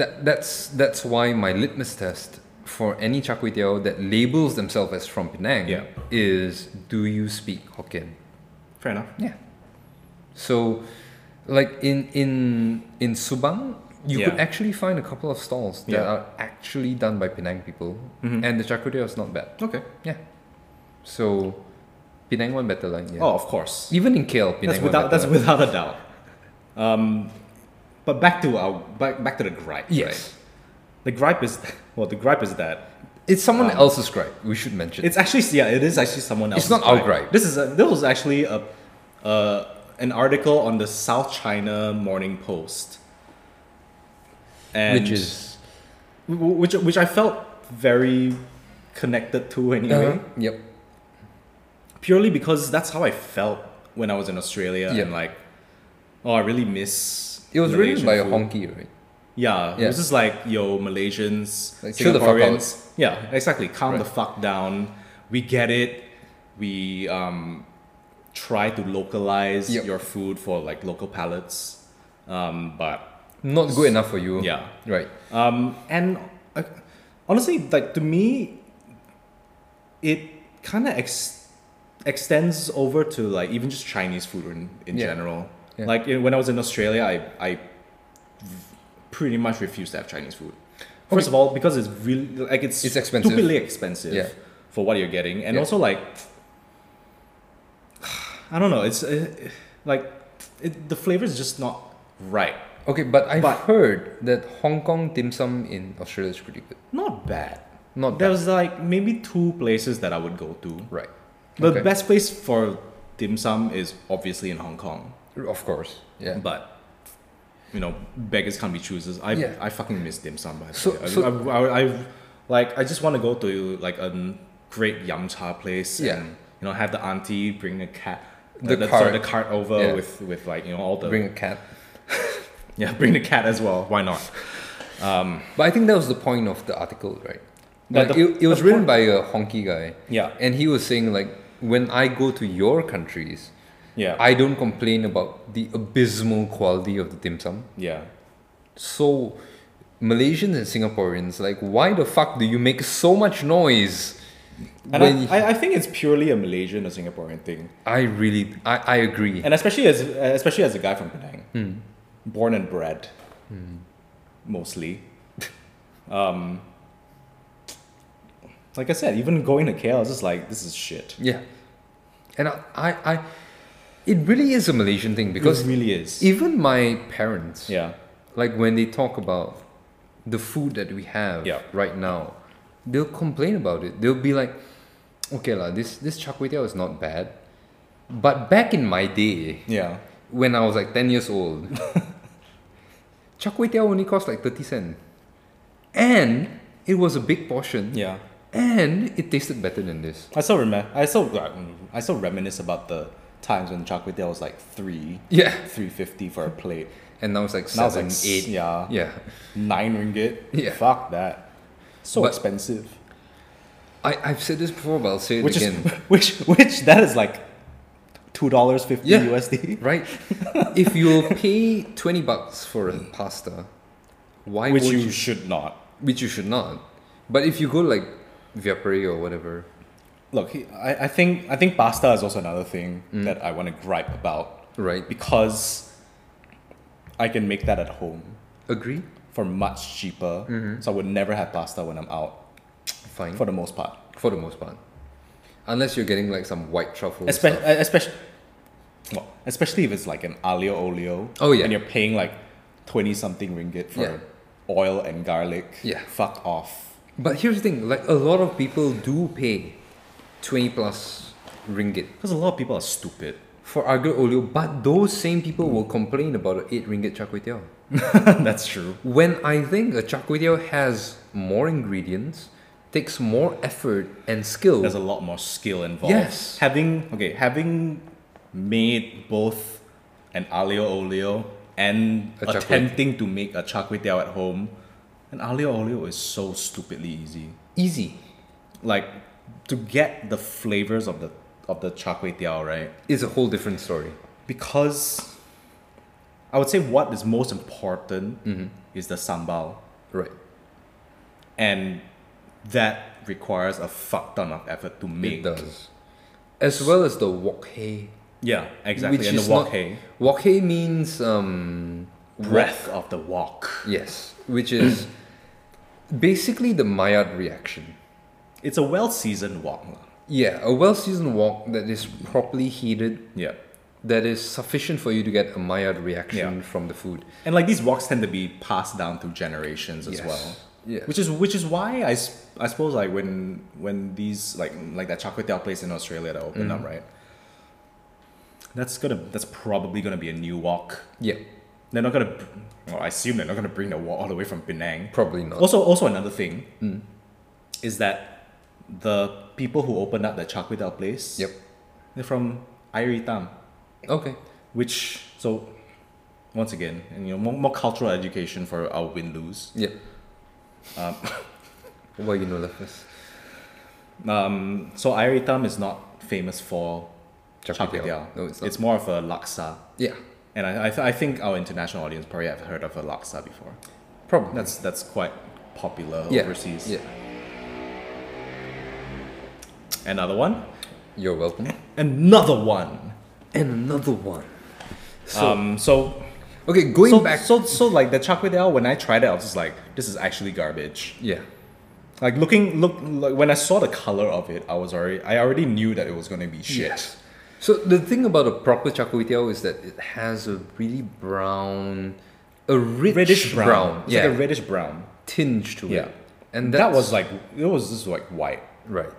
Speaker 3: that that's that's why my litmus test for any char kway teow that labels themselves as from Penang
Speaker 2: Yeah.
Speaker 3: is do you speak Hokkien?
Speaker 2: fair enough.
Speaker 3: Yeah. So, like in in in Subang, you could
Speaker 2: Yeah.
Speaker 3: actually find a couple of stalls that
Speaker 2: Yeah. Mm-hmm.
Speaker 3: are actually done by Penang people, and the char kway teow is not bad.
Speaker 2: Okay.
Speaker 3: Yeah. So, Penang one better line. Yeah.
Speaker 2: Oh, of course.
Speaker 3: Even in KL, Penang
Speaker 2: That's
Speaker 3: one better
Speaker 2: without that's
Speaker 3: line.
Speaker 2: without a doubt. Um, but back to our back back to the gripe.
Speaker 3: Yes.
Speaker 2: Right? The gripe is well, the gripe is that
Speaker 3: It's someone
Speaker 2: Um,
Speaker 3: else's gripe. We should mention.
Speaker 2: it's actually yeah, it is actually someone else.
Speaker 3: It's not our gripe.
Speaker 2: This is a, this was actually a uh, an article on the South China Morning Post, and
Speaker 3: which is
Speaker 2: wh- wh- which which I felt very connected to anyway.
Speaker 3: Uh-huh. yep.
Speaker 2: purely because that's how I felt when I was in Australia
Speaker 3: Yeah.
Speaker 2: and like, oh, I really miss.
Speaker 3: It was written
Speaker 2: Malaysian
Speaker 3: by a
Speaker 2: food.
Speaker 3: honky, right?
Speaker 2: Yeah, it
Speaker 3: Yeah.
Speaker 2: was just like yo Malaysians,
Speaker 3: Like, chill the fuck out.
Speaker 2: Singaporeans. yeah, exactly. Calm the fuck down. We get it. We um, try to localize
Speaker 3: Yep.
Speaker 2: your food for like local palates, um, but
Speaker 3: Not good enough for you.
Speaker 2: yeah,
Speaker 3: Right.
Speaker 2: um, and uh, honestly, like to me, it kind of ex- extends over to like even just Chinese food in, in
Speaker 3: Yeah.
Speaker 2: general.
Speaker 3: Yeah.
Speaker 2: Like in, when I was in Australia, I, I v- pretty much refused to have Chinese food.
Speaker 3: Okay.
Speaker 2: First of all, because it's really like it's,
Speaker 3: It's expensive.
Speaker 2: stupidly expensive
Speaker 3: Yeah.
Speaker 2: for what you're getting, and
Speaker 3: Yeah.
Speaker 2: also like I don't know, it's uh, like it, the flavor is just not right.
Speaker 3: Okay, but I've
Speaker 2: But-
Speaker 3: heard that Hong Kong dim sum in Australia is pretty good.
Speaker 2: Not bad.
Speaker 3: Not
Speaker 2: There
Speaker 3: bad.
Speaker 2: was like maybe two places that I would go to.
Speaker 3: Right.
Speaker 2: The
Speaker 3: Okay.
Speaker 2: best place for dim sum is obviously in Hong Kong,
Speaker 3: Of course. Yeah.
Speaker 2: but you know beggars can't be choosers. I
Speaker 3: Yeah.
Speaker 2: I fucking miss dim sum. By the
Speaker 3: So-
Speaker 2: way. I,
Speaker 3: so-
Speaker 2: I, I, I- like I just want to go to like a great yum cha place
Speaker 3: Yeah.
Speaker 2: and you know have the auntie bring a cat.
Speaker 3: The
Speaker 2: sorry,
Speaker 3: cart.
Speaker 2: the cart over
Speaker 3: Yeah.
Speaker 2: with with like you know all the
Speaker 3: Bring a cat.
Speaker 2: yeah bring the cat as well why not
Speaker 3: But I think that was the point of the article, right?
Speaker 2: But
Speaker 3: Like,
Speaker 2: the-
Speaker 3: it, it was
Speaker 2: the
Speaker 3: written by a honky guy.
Speaker 2: Yeah.
Speaker 3: And he was saying, like, when I go to your countries,
Speaker 2: yeah
Speaker 3: I don't complain about the abysmal quality of the dim sum.
Speaker 2: yeah
Speaker 3: So, Malaysians and Singaporeans, like, why the fuck do you make so much noise?
Speaker 2: and
Speaker 3: when
Speaker 2: I, I I think it's purely a Malaysian or Singaporean thing.
Speaker 3: I really, I, I agree.
Speaker 2: and especially as especially as a guy from Penang,
Speaker 3: Hmm.
Speaker 2: born and bred, mostly. um, like I said, even going to KL, I was just like, this is shit.
Speaker 3: Yeah. And I, I, I, it really is a Malaysian thing because
Speaker 2: It really is.
Speaker 3: even my parents,
Speaker 2: yeah,
Speaker 3: like when they talk about the food that we have
Speaker 2: Yeah.
Speaker 3: right now, they'll complain about it. They'll be like, okay, la, this, this char kway teow is not bad. But back in my day,
Speaker 2: yeah,
Speaker 3: when I was like 10 years old, char kway teow only cost like 30 cents. And it was a big portion.
Speaker 2: yeah.
Speaker 3: and it tasted better than this.
Speaker 2: I still remember. I still I still reminisce about the times when chocolate there was like three,
Speaker 3: Yeah,
Speaker 2: three fifty for a plate.
Speaker 3: and now it's like
Speaker 2: Now it's
Speaker 3: seven,
Speaker 2: like s-
Speaker 3: eight.
Speaker 2: yeah.
Speaker 3: yeah.
Speaker 2: Nine ringgit.
Speaker 3: Yeah.
Speaker 2: Fuck that. So
Speaker 3: But-
Speaker 2: expensive.
Speaker 3: I I've said this before, but I'll say it
Speaker 2: Which
Speaker 3: again.
Speaker 2: is which which that is like two dollars fifty
Speaker 3: Yeah.
Speaker 2: USD.
Speaker 3: right? if you'll pay twenty bucks for a pasta, why
Speaker 2: Which
Speaker 3: would
Speaker 2: you should not.
Speaker 3: which you should not. But if you go like Viapari or whatever,
Speaker 2: Look, he- I, I think I think pasta is also another thing that I want to gripe about
Speaker 3: right?
Speaker 2: because I can make that at home
Speaker 3: Agree?
Speaker 2: for much cheaper. So I would never have pasta when I'm out
Speaker 3: Fine.
Speaker 2: for
Speaker 3: For,
Speaker 2: the most part.
Speaker 3: the most part. Unless you're getting like some white truffle.
Speaker 2: Espe- uh,
Speaker 3: stuff.
Speaker 2: especially, well, especially if it's like an alio olio.
Speaker 3: Oh, yeah.
Speaker 2: And you're paying like twenty something ringgit for
Speaker 3: Yeah.
Speaker 2: oil and garlic.
Speaker 3: Yeah.
Speaker 2: Fuck off.
Speaker 3: But here's the thing, like a lot of people do pay twenty plus ringgit
Speaker 2: Because a lot of people are stupid.
Speaker 3: for aglio olio, but those same people will complain about an eight ringgit char kway teow.
Speaker 2: That's true.
Speaker 3: When I think a char kway teow has more ingredients, takes more effort and skill.
Speaker 2: There's a lot more skill involved.
Speaker 3: Yes.
Speaker 2: Having okay, having made both an alio olio and
Speaker 3: A char kway-
Speaker 2: attempting to make a char kway teow at home, an alio olio is so stupidly easy.
Speaker 3: Easy.
Speaker 2: Like to get the flavors of the of the char kway teow, right?
Speaker 3: is a whole different story.
Speaker 2: because I would say what is most important
Speaker 3: Mm-hmm.
Speaker 2: is the sambal,
Speaker 3: Right.
Speaker 2: and that requires a fuck ton of effort to
Speaker 3: It
Speaker 2: make.
Speaker 3: does. As well as the wok hei.
Speaker 2: Yeah, exactly.
Speaker 3: Which
Speaker 2: and
Speaker 3: is
Speaker 2: the wok
Speaker 3: not-
Speaker 2: hei,
Speaker 3: Wok hei means um
Speaker 2: breath of the wok.
Speaker 3: yes, which is basically the Maillard reaction.
Speaker 2: It's a well seasoned wok. lah.
Speaker 3: Yeah, a well-seasoned wok that is properly heated
Speaker 2: Yeah,
Speaker 3: that is sufficient for you to get a Maillard reaction
Speaker 2: Yeah.
Speaker 3: from the food
Speaker 2: and like these woks tend to be passed down through generations as
Speaker 3: Yes.
Speaker 2: well.
Speaker 3: Yeah.
Speaker 2: Which is which is why I, s- I suppose like when when these like like that chocolate tail place in Australia that opened
Speaker 3: Mm-hmm.
Speaker 2: up right. That's gonna that's probably gonna be a new wok.
Speaker 3: Yeah,
Speaker 2: They're not gonna. Well, I assume they're not gonna bring the wall all the way from Penang.
Speaker 3: probably not.
Speaker 2: Also, also another thing
Speaker 3: Mm.
Speaker 2: is that the people who opened up the Char Kway Teow place,
Speaker 3: Yep.
Speaker 2: they're from Airi Tam,
Speaker 3: Okay.
Speaker 2: which so once again, and you know, more, more cultural education for our win lose.
Speaker 3: Yep. Um. well, you know the first.
Speaker 2: Um, so Airi Tam is not famous for
Speaker 3: Char
Speaker 2: Char
Speaker 3: Kway
Speaker 2: Kway
Speaker 3: Teow.
Speaker 2: Teow.
Speaker 3: No, it's not.
Speaker 2: It's more of a laksa,
Speaker 3: Yeah.
Speaker 2: and I, I, th- I think our international audience probably have heard of a laksa before.
Speaker 3: Probably.
Speaker 2: That's that's quite popular
Speaker 3: yeah.
Speaker 2: overseas.
Speaker 3: Yeah.
Speaker 2: Another one.
Speaker 3: You're welcome.
Speaker 2: another one.
Speaker 3: and another one. So
Speaker 2: um, so
Speaker 3: okay, going
Speaker 2: so,
Speaker 3: back.
Speaker 2: so so like the chocolate ale. When I tried it, I was just like, this is actually garbage.
Speaker 3: yeah,
Speaker 2: Like looking look like, when I saw the color of it, I was already I already knew that it was gonna be shit.
Speaker 3: yes. So the thing about a proper char kway teow is that it has a really brown, a rich
Speaker 2: Reddish brown. It's
Speaker 3: yeah,
Speaker 2: like a reddish brown.
Speaker 3: tinge to
Speaker 2: Yeah.
Speaker 3: it, and
Speaker 2: That
Speaker 3: that's-
Speaker 2: was like it was just like white.
Speaker 3: right.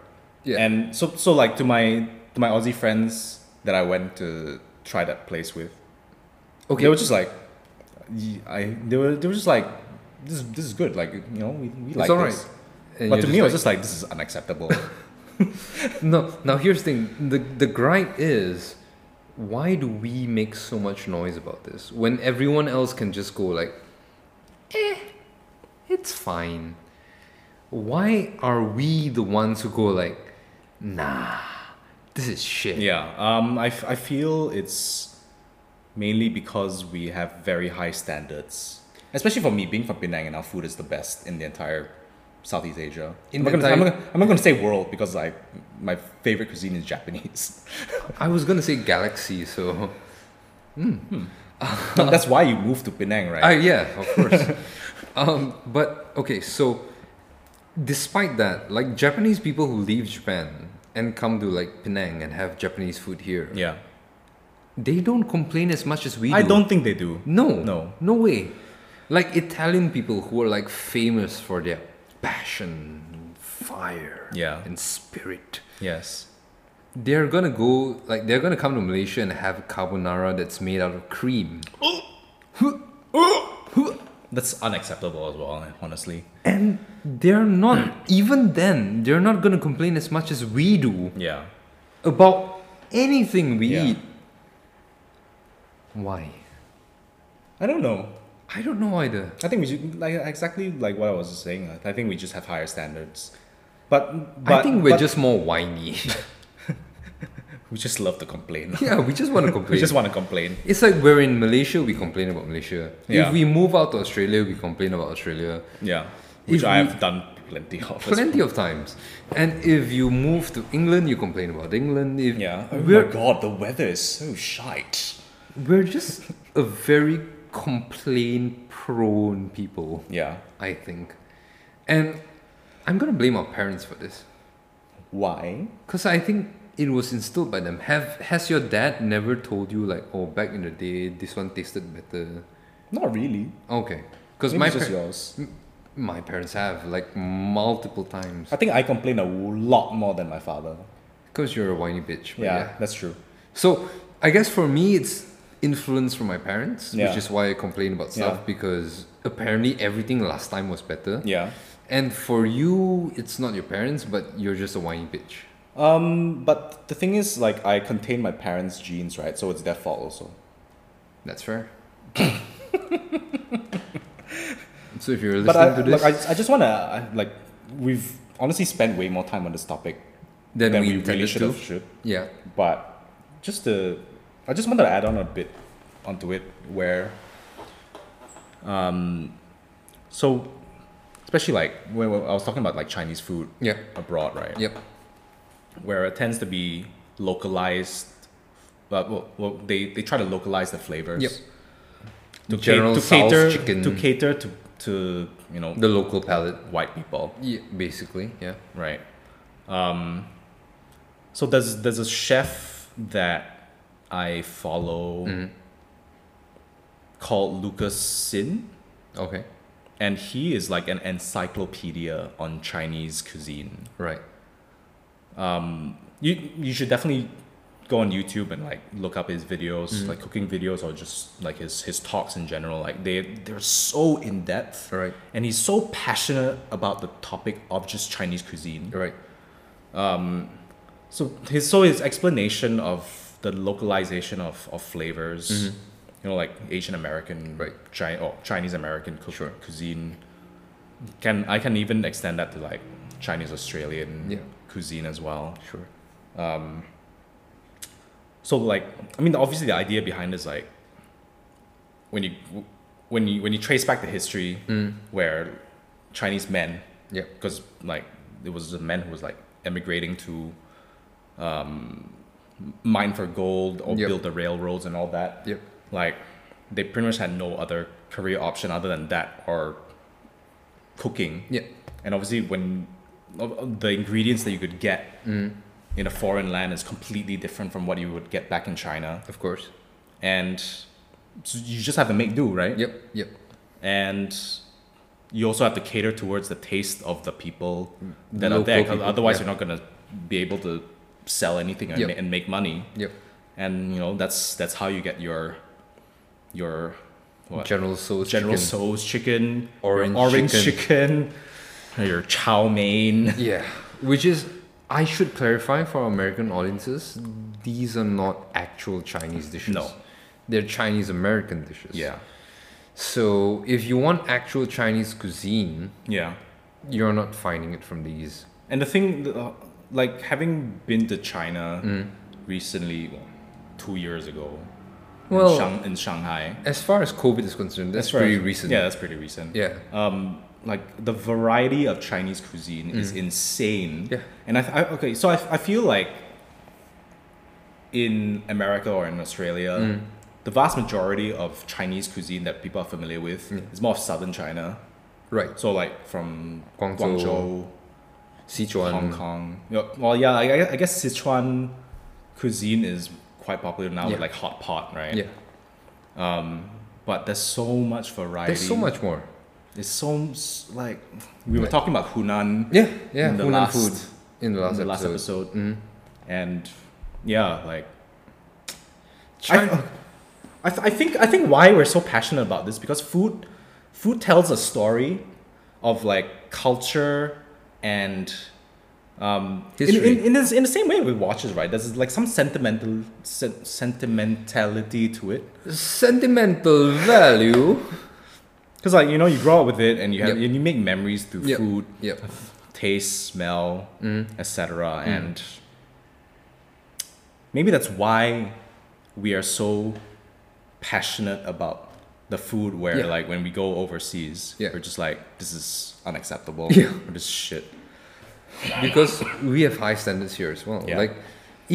Speaker 3: Yeah,
Speaker 2: And so so like to my to my Aussie friends that I went to try that place with,
Speaker 3: okay,
Speaker 2: they were just like, y- I they were they were just like, this this is good. Like you know we, we like
Speaker 3: it's alright.
Speaker 2: this.
Speaker 3: And
Speaker 2: But
Speaker 3: you're
Speaker 2: to me, it was just like this is unacceptable.
Speaker 3: like- no. Now here's the thing: the the gripe is, why do we make so much noise about this when everyone else can just go like, eh, it's fine. Why are we the ones who go like, nah, this is shit?
Speaker 2: Yeah, um, I, f- I feel it's mainly because we have very high standards, especially for me being from Penang and our food is the best in the entire Southeast Asia.
Speaker 3: In
Speaker 2: I'm,
Speaker 3: the
Speaker 2: not gonna, I'm,
Speaker 3: entire-
Speaker 2: not, gonna- I'm not gonna say world because I my favorite cuisine is Japanese.
Speaker 3: I was gonna say galaxy, so
Speaker 2: That's why you moved to Penang,
Speaker 3: Ah,
Speaker 2: right?
Speaker 3: yeah, of course. um, but okay, so despite that, like Japanese people who leave Japan and come to like Penang and have Japanese food here,
Speaker 2: yeah,
Speaker 3: they don't complain as much as we do.
Speaker 2: I don't think they do.
Speaker 3: No,
Speaker 2: No.
Speaker 3: no way. Like Italian people who are like famous for their passion, fire,
Speaker 2: Yeah.
Speaker 3: and spirit.
Speaker 2: Yes.
Speaker 3: They're gonna go like they're gonna come to Malaysia and have carbonara that's made out of cream.
Speaker 2: That's unacceptable as well, honestly.
Speaker 3: And they're not, even then, they're not going to complain as much as we do
Speaker 2: Yeah.
Speaker 3: about anything we
Speaker 2: Yeah.
Speaker 3: eat. Why?
Speaker 2: I don't know.
Speaker 3: I don't know either.
Speaker 2: I think we should, like exactly like what I was saying. I think we just have higher standards, but,
Speaker 3: I
Speaker 2: but-
Speaker 3: think we're
Speaker 2: but
Speaker 3: just more whiny.
Speaker 2: we just love to complain.
Speaker 3: yeah, we just want to complain.
Speaker 2: we just want to complain.
Speaker 3: It's like we're in Malaysia, we complain about Malaysia.
Speaker 2: Yeah.
Speaker 3: If we move out to Australia, we complain about Australia.
Speaker 2: Yeah, which
Speaker 3: If
Speaker 2: I
Speaker 3: we-
Speaker 2: have done plenty of. as
Speaker 3: Plenty of times. And if you move to England, you complain about England. If
Speaker 2: Yeah. Oh
Speaker 3: We're,
Speaker 2: god, the weather is so shite.
Speaker 3: we're just a very complain prone people,
Speaker 2: Yeah.
Speaker 3: I think. And I'm going to blame our parents for this.
Speaker 2: Why?
Speaker 3: Because I think it was instilled by them. Have Has your dad never told you, like, oh, back in the day, this one tasted better?
Speaker 2: Not really.
Speaker 3: Okay. Because
Speaker 2: Maybe
Speaker 3: my
Speaker 2: it's just
Speaker 3: par-
Speaker 2: yours.
Speaker 3: My parents have, like, multiple times.
Speaker 2: I think I complain a lot more than my father.
Speaker 3: Oh, Because you're a whiny bitch. but
Speaker 2: Yeah, that's true.
Speaker 3: So, I guess for me, it's influence from my parents,
Speaker 2: Yeah.
Speaker 3: which is why I complain about stuff
Speaker 2: Yeah.
Speaker 3: because apparently everything last time was better.
Speaker 2: Yeah.
Speaker 3: And for you, it's not your parents, but you're just a whiny bitch.
Speaker 2: Um, but the thing is, like, I contain my parents' genes, right? So it's their fault also.
Speaker 3: That's fair. so, if you're listening
Speaker 2: But I,
Speaker 3: to this,
Speaker 2: look, I, I just want to, like, we've honestly spent way more time on this topic
Speaker 3: then
Speaker 2: than
Speaker 3: we
Speaker 2: we really
Speaker 3: intended
Speaker 2: should
Speaker 3: to.
Speaker 2: have. Should.
Speaker 3: Yeah.
Speaker 2: But just to, I just wanted to add on a bit onto it where, um, so especially like when when I was talking about like Chinese food
Speaker 3: Yeah.
Speaker 2: abroad, right?
Speaker 3: Yep.
Speaker 2: Where it tends to be localized. Well, well, well they, they try to localize the flavors.
Speaker 3: Yep.
Speaker 2: To, ca-
Speaker 3: General
Speaker 2: to
Speaker 3: Tso's
Speaker 2: cater
Speaker 3: chicken.
Speaker 2: to cater to to you know
Speaker 3: The local palate.
Speaker 2: white people.
Speaker 3: Yeah, basically. Yeah.
Speaker 2: Right. Um, so there's there's a chef that I follow called Lucas Sin,
Speaker 3: Okay.
Speaker 2: and he is like an encyclopedia on Chinese cuisine.
Speaker 3: Right.
Speaker 2: You you should definitely go on YouTube and like look up his videos, like cooking videos or just like his his talks in general. Like they they're so in depth.
Speaker 3: Right.
Speaker 2: And he's so passionate about the topic of just Chinese cuisine.
Speaker 3: Right.
Speaker 2: So his so his explanation of the localization of, of flavors, you know, like Asian American,
Speaker 3: Mm-hmm. Right.
Speaker 2: Chi- or Chinese American cook- cuisine. Can I can even extend that to like Chinese Australian
Speaker 3: Yeah.
Speaker 2: cuisine as well.
Speaker 3: Sure.
Speaker 2: So like I mean obviously the idea behind is like when you when you when you trace back the history
Speaker 3: Mm.
Speaker 2: where Chinese men
Speaker 3: Yeah.
Speaker 2: because like it was a man who was like emigrating to um, mine for gold or
Speaker 3: Yep.
Speaker 2: build the railroads and all that.
Speaker 3: Yep.
Speaker 2: Like they pretty much had no other career option other than that or cooking.
Speaker 3: Yeah.
Speaker 2: And obviously, when of- of the ingredients that you could get
Speaker 3: Mm-hmm.
Speaker 2: in a foreign land is completely different from what you would get back in China,
Speaker 3: Of course.
Speaker 2: and so you just have to make do, right?
Speaker 3: Yep. Yep.
Speaker 2: and you also have to cater towards the taste of the people that
Speaker 3: Local
Speaker 2: are there 'cause
Speaker 3: people,
Speaker 2: otherwise
Speaker 3: yeah.
Speaker 2: you're not going to be able to sell anything and,
Speaker 3: Yep.
Speaker 2: ma- and make money
Speaker 3: Yep.
Speaker 2: and you know that's that's how you get your your what
Speaker 3: General So's
Speaker 2: general
Speaker 3: chicken.
Speaker 2: Tso's chicken your
Speaker 3: Orange
Speaker 2: orange
Speaker 3: chicken.
Speaker 2: chicken, your chow mein
Speaker 3: Yeah, which is I should clarify for our American audiences, these are not actual Chinese dishes.
Speaker 2: No.
Speaker 3: They're Chinese American dishes.
Speaker 2: yeah
Speaker 3: So if you want actual Chinese cuisine,
Speaker 2: yeah
Speaker 3: you're not finding it from these.
Speaker 2: And the thing, uh, like having been to China
Speaker 3: Mm.
Speaker 2: recently, well, two years ago,
Speaker 3: Well-
Speaker 2: in, Shang- in Shanghai.
Speaker 3: As far as COVID is concerned, Oh. that's, pretty recent.
Speaker 2: Yeah, that's pretty recent.
Speaker 3: Yeah.
Speaker 2: Um, like the variety of Chinese cuisine is insane.
Speaker 3: Mm. Yeah.
Speaker 2: And I, I okay, so I, I feel like in America or in Australia,
Speaker 3: Mm.
Speaker 2: the vast majority of Chinese cuisine that people are familiar with
Speaker 3: Mm.
Speaker 2: is more of southern China.
Speaker 3: Right.
Speaker 2: So like from
Speaker 3: Guangzhou,
Speaker 2: Guangzhou
Speaker 3: Sichuan.
Speaker 2: Hong Kong. Yup. Well, yeah, I, I- I guess Sichuan cuisine is quite popular now with
Speaker 3: Yeah.
Speaker 2: like hot pot, right?
Speaker 3: Yeah.
Speaker 2: But there's so much variety.
Speaker 3: There's so much more.
Speaker 2: There's so m- s- like we were
Speaker 3: Like-
Speaker 2: talking about Hunan
Speaker 3: Yeah. Yeah.
Speaker 2: In the
Speaker 3: Hunan
Speaker 2: last-
Speaker 3: food. In the last
Speaker 2: in the last
Speaker 3: episode.
Speaker 2: episode, Mm-hmm. and yeah, like
Speaker 3: Chi-
Speaker 2: I, I, th- I think I think why we're so passionate about this because food food tells a story of like culture and um, in,
Speaker 3: History.
Speaker 2: in, in, this, in the same way with watches, right? There's like some sentimental sen- sentimentality to it.
Speaker 3: Sentimental value.
Speaker 2: Because like you know, you grow up with it, and you have
Speaker 3: Yep.
Speaker 2: and you make memories through
Speaker 3: Yep.
Speaker 2: food,
Speaker 3: Yep.
Speaker 2: taste, smell, etc. And maybe that's why we are so passionate about the food. Where
Speaker 3: Yeah.
Speaker 2: like when we go overseas,
Speaker 3: Yeah.
Speaker 2: we're just like, this is unacceptable.
Speaker 3: Yeah.
Speaker 2: Or this is shit.
Speaker 3: because we have high standards here as well.
Speaker 2: Yeah.
Speaker 3: Like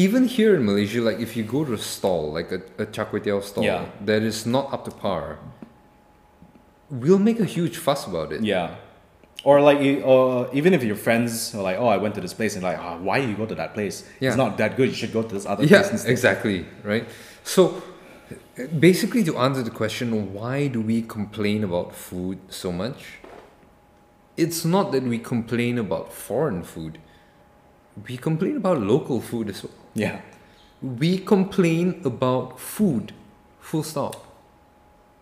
Speaker 3: even here in Malaysia, like if you go to a stall, like a, a char kway teow stall
Speaker 2: Yeah.
Speaker 3: that is not up to par, we'll make a huge fuss about it.
Speaker 2: Yeah. Or like, you- or even if your friends are like, oh, I went to this place, and like, ah, why you go to that place?
Speaker 3: Yeah.
Speaker 2: It's not that good. You should go to this other place.
Speaker 3: Yeah,
Speaker 2: instead."
Speaker 3: exactly. Right. So basically to answer the question, why do we complain about food so much? It's not that we complain about foreign food. We complain about local food as well.
Speaker 2: Yeah.
Speaker 3: We complain about food. Full stop.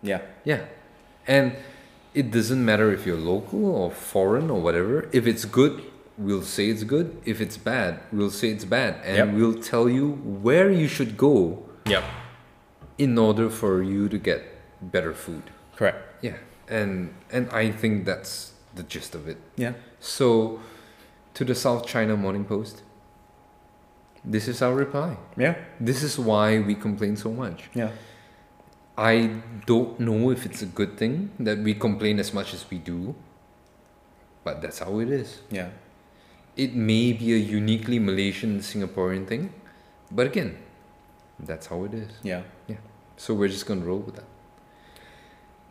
Speaker 2: Yeah.
Speaker 3: Yeah. And it doesn't matter if you're local or foreign or whatever. If it's good, we'll say it's good. If it's bad, we'll say it's bad. And
Speaker 2: Yep.
Speaker 3: we'll tell you where you should go
Speaker 2: Yeah.
Speaker 3: in order for you to get better food.
Speaker 2: Correct.
Speaker 3: Yeah. And and I think that's the gist of it.
Speaker 2: Yeah.
Speaker 3: So to the South China Morning Post, this is our reply.
Speaker 2: Yeah.
Speaker 3: This is why we complain so much.
Speaker 2: Yeah.
Speaker 3: I don't know if it's a good thing that we complain as much as we do, but that's how it is.
Speaker 2: Yeah.
Speaker 3: It may be a uniquely Malaysian Singaporean thing, but again, that's how it is.
Speaker 2: Yeah.
Speaker 3: Yeah. So we're just gonna roll with that.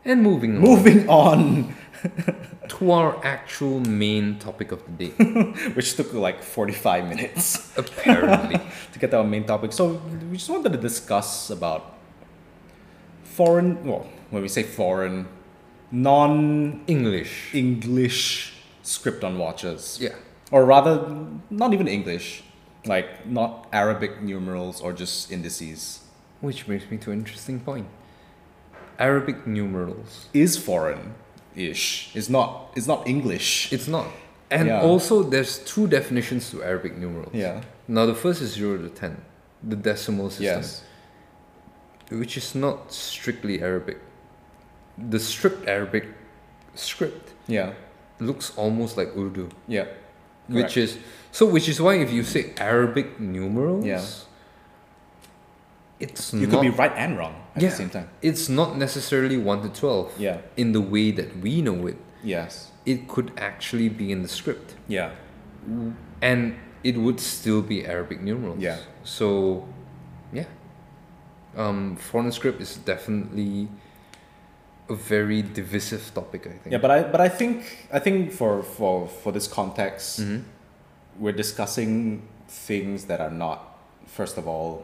Speaker 3: And moving
Speaker 2: Moving on,
Speaker 3: on to our actual main topic of the day,
Speaker 2: which took like 45 minutes
Speaker 3: apparently.
Speaker 2: to get to our main topic. So we just wanted to discuss about foreign, well, when we say foreign, non
Speaker 3: English.
Speaker 2: English script on watches.
Speaker 3: Yeah.
Speaker 2: Or rather, not even English, like not Arabic numerals or just indices,
Speaker 3: Which brings me to an interesting point. Arabic numerals.
Speaker 2: is foreign ish. It's not, it's not English.
Speaker 3: It's not. And
Speaker 2: Yeah.
Speaker 3: also, there's two definitions to Arabic numerals.
Speaker 2: yeah.
Speaker 3: Now the first is zero to ten, the decimal system,
Speaker 2: Yes.
Speaker 3: which is not strictly Arabic. The strict Arabic script
Speaker 2: Yeah.
Speaker 3: looks almost like Urdu,
Speaker 2: Yeah.
Speaker 3: which is so. Which is why if you say Arabic numerals,
Speaker 2: Yeah.
Speaker 3: it's Hmm.
Speaker 2: You
Speaker 3: not.
Speaker 2: could be right and wrong at
Speaker 3: yeah,
Speaker 2: the same time.
Speaker 3: it's not necessarily one to twelve.
Speaker 2: Yeah.
Speaker 3: in the way that we know it,
Speaker 2: Yes.
Speaker 3: it could actually be in the script.
Speaker 2: Yeah.
Speaker 3: and it would still be Arabic numerals.
Speaker 2: Yeah.
Speaker 3: So, yeah. Um, foreign script is definitely a very divisive topic. I think.
Speaker 2: Yeah, but I but I think I think for for for this context, we're discussing things that are not first of all